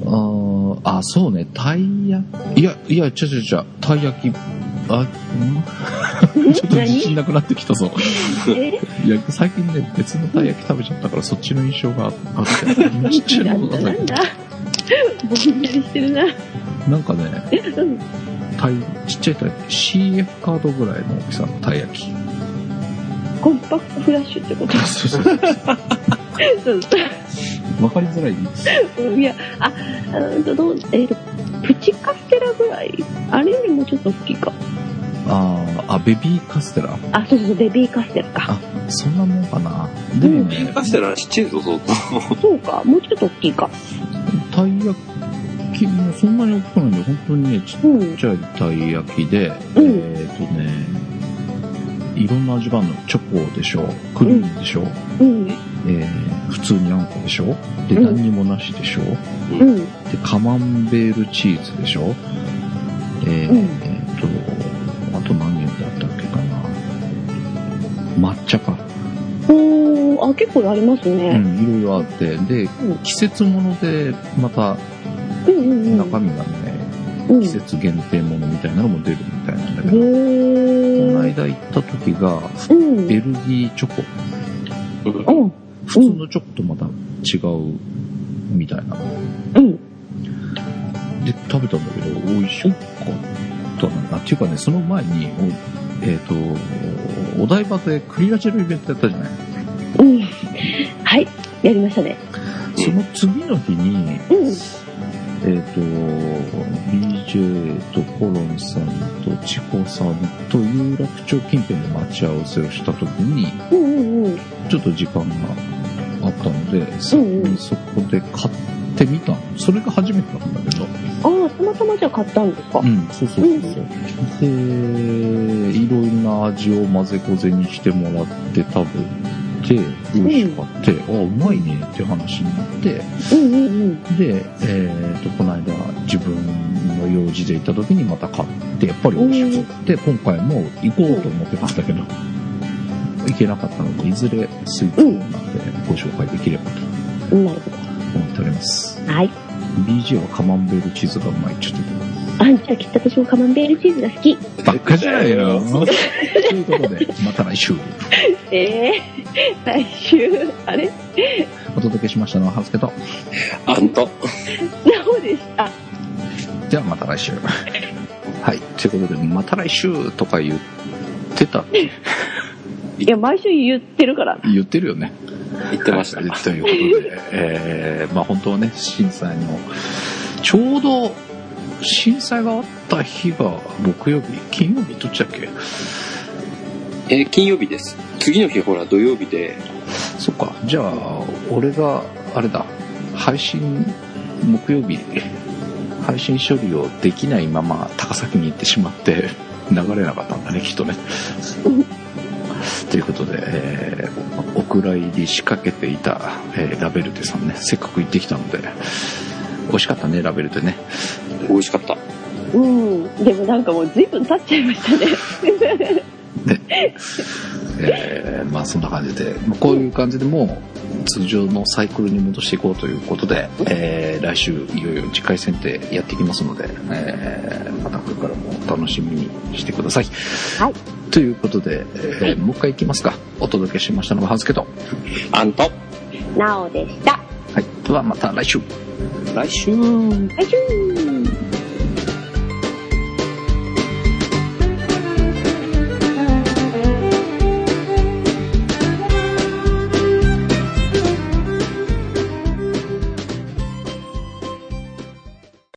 Speaker 2: あーあ、そうね、たいや、いや、いや、ちゃちゃちゃ、たい焼き、あ、んちょっと自信なくなってきたぞ。
Speaker 3: え
Speaker 2: いや、最近ね、別のたい焼き食べちゃったから、そっちの印象があって、ちっちゃい
Speaker 3: な
Speaker 2: の
Speaker 3: ん
Speaker 2: が
Speaker 3: だ
Speaker 2: な
Speaker 3: なんんだぼんやりしてるな。
Speaker 2: なんかね、
Speaker 3: うん。
Speaker 2: たい、ちっちゃいたい、CF カードぐらいの大きさのたい焼き。
Speaker 3: コンパクトフラッシュってこと
Speaker 2: そうそう
Speaker 3: そう
Speaker 2: わかりづらいです。
Speaker 3: うんいや、あ、うんと、どう、えっ、と、プチカステラぐらいあれよりもちょっと大きいか。
Speaker 2: あーあ、ベビーカステラ。
Speaker 3: あ、そうそうそう、ベビーカステラか。
Speaker 2: そんなもんかな。でも
Speaker 1: ベビー
Speaker 2: ね、
Speaker 1: カステラちっちゃいぞ、相当。
Speaker 3: そうか、もうちょっと大きいか。
Speaker 2: たい焼きもそんなに大きくないんで、本当にね、ちっ
Speaker 3: うん。
Speaker 2: ちっちゃいたい焼きで、
Speaker 3: うん
Speaker 2: えっ、とねいろんな味があるのチョコでしょクリームでしょ、
Speaker 3: うん。
Speaker 2: えー普通にあんこでしょで
Speaker 3: うん
Speaker 2: 何にもなしでしょで
Speaker 3: うん。
Speaker 2: カマンベールチーズでしょえー
Speaker 3: うん
Speaker 2: えーとあと何軒だったっけかな抹茶か、
Speaker 3: おー、あ、結構あります
Speaker 2: う
Speaker 3: ね。
Speaker 2: ん、いろいろあってで、
Speaker 3: うん
Speaker 2: 季節ものでまた
Speaker 3: うんうんうん。
Speaker 2: 中身がね、
Speaker 3: うん
Speaker 2: 季節限定ものみたいなのも出るみたいなんだけ
Speaker 3: へ
Speaker 2: ど、この
Speaker 3: ー。
Speaker 2: 間行った時が
Speaker 3: うん。
Speaker 2: ベルギーチョコ
Speaker 1: うん
Speaker 3: うん。
Speaker 2: 普通のチョコとまた違うみたいな。
Speaker 3: うん。
Speaker 2: で、食べたんだけど、美味しかっとはなんだっていうかね、その前に、おえっ、と、お台場でクリアチェルイベントやったじゃない。
Speaker 3: うん。はい。やりましたね。
Speaker 2: その次の日に、
Speaker 3: うん。
Speaker 2: えっ、と、BJ とコロンさんとチコさんと有楽町近辺で待ち合わせをした時に、
Speaker 3: うんうんうん。
Speaker 2: ちょっと時間があったので、先にそこで買ってみたのそれが初めてなんだけど。
Speaker 3: ああ、たまたまじゃあ買ったんですか。
Speaker 2: うん、そうそうそうそう。で、いろんな味を混ぜこぜにしてもらって食べて、美味しかって、あ、うまいねって話になって、
Speaker 3: うんうんうん。
Speaker 2: で、えー、と、この間自分の用事で行った時にまた買って、やっぱり美味しくって、今回も行こうと思ってたんだけど、行けなかったので、いずれ水筒なんでご紹介できればと
Speaker 3: うんなるほど。
Speaker 2: 思っております。
Speaker 3: はい。
Speaker 2: BG はカマンベールチーズがうまいっちゅってた。
Speaker 3: あんちゃんきっと私もカマンベールチーズが好き。
Speaker 2: ばっかじゃないよ。ということで、また来週。
Speaker 3: ええ 来週、あれ
Speaker 2: お届けしましたのは、はずけと。
Speaker 1: あんた。
Speaker 3: なおでした。
Speaker 2: ではまた来週。はい。ということで、また来週とか言ってた、
Speaker 3: いや、毎週言ってるから。
Speaker 2: 言ってるよね。
Speaker 1: 言ってま した。
Speaker 2: はいということで、えー、まあ本当はね、震災の、ちょうど、震災があった日が木曜日、金曜日どっちだっけ
Speaker 1: えー金曜日です。次の日ほら土曜日で、
Speaker 2: そっか。じゃあ、俺が、あれだ、配信、木曜日、配信処理をできないまま高崎に行ってしまって、流れなかったんだね、きっとね。ということで、えーお蔵入り仕掛けていた、えーラベルテさんね、せっかく行ってきたので、美味しかったね、ラベルテね。
Speaker 1: 美味しかった。
Speaker 3: うん。でもなんかもう随分経っちゃいましたね。
Speaker 2: えーまあそんな感じで、まあこういう感じでもう通常のサイクルに戻していこうということで、えー来週いよいよ次回選定やっていきますので、えーまたこれからもお楽しみにしてください。
Speaker 3: はい
Speaker 2: ということで、えーもう一回いきますか。お届けしましたのははずけと。
Speaker 1: あんた。
Speaker 3: なおでした。
Speaker 2: はい。ではまた来週。
Speaker 1: 来週
Speaker 3: 来週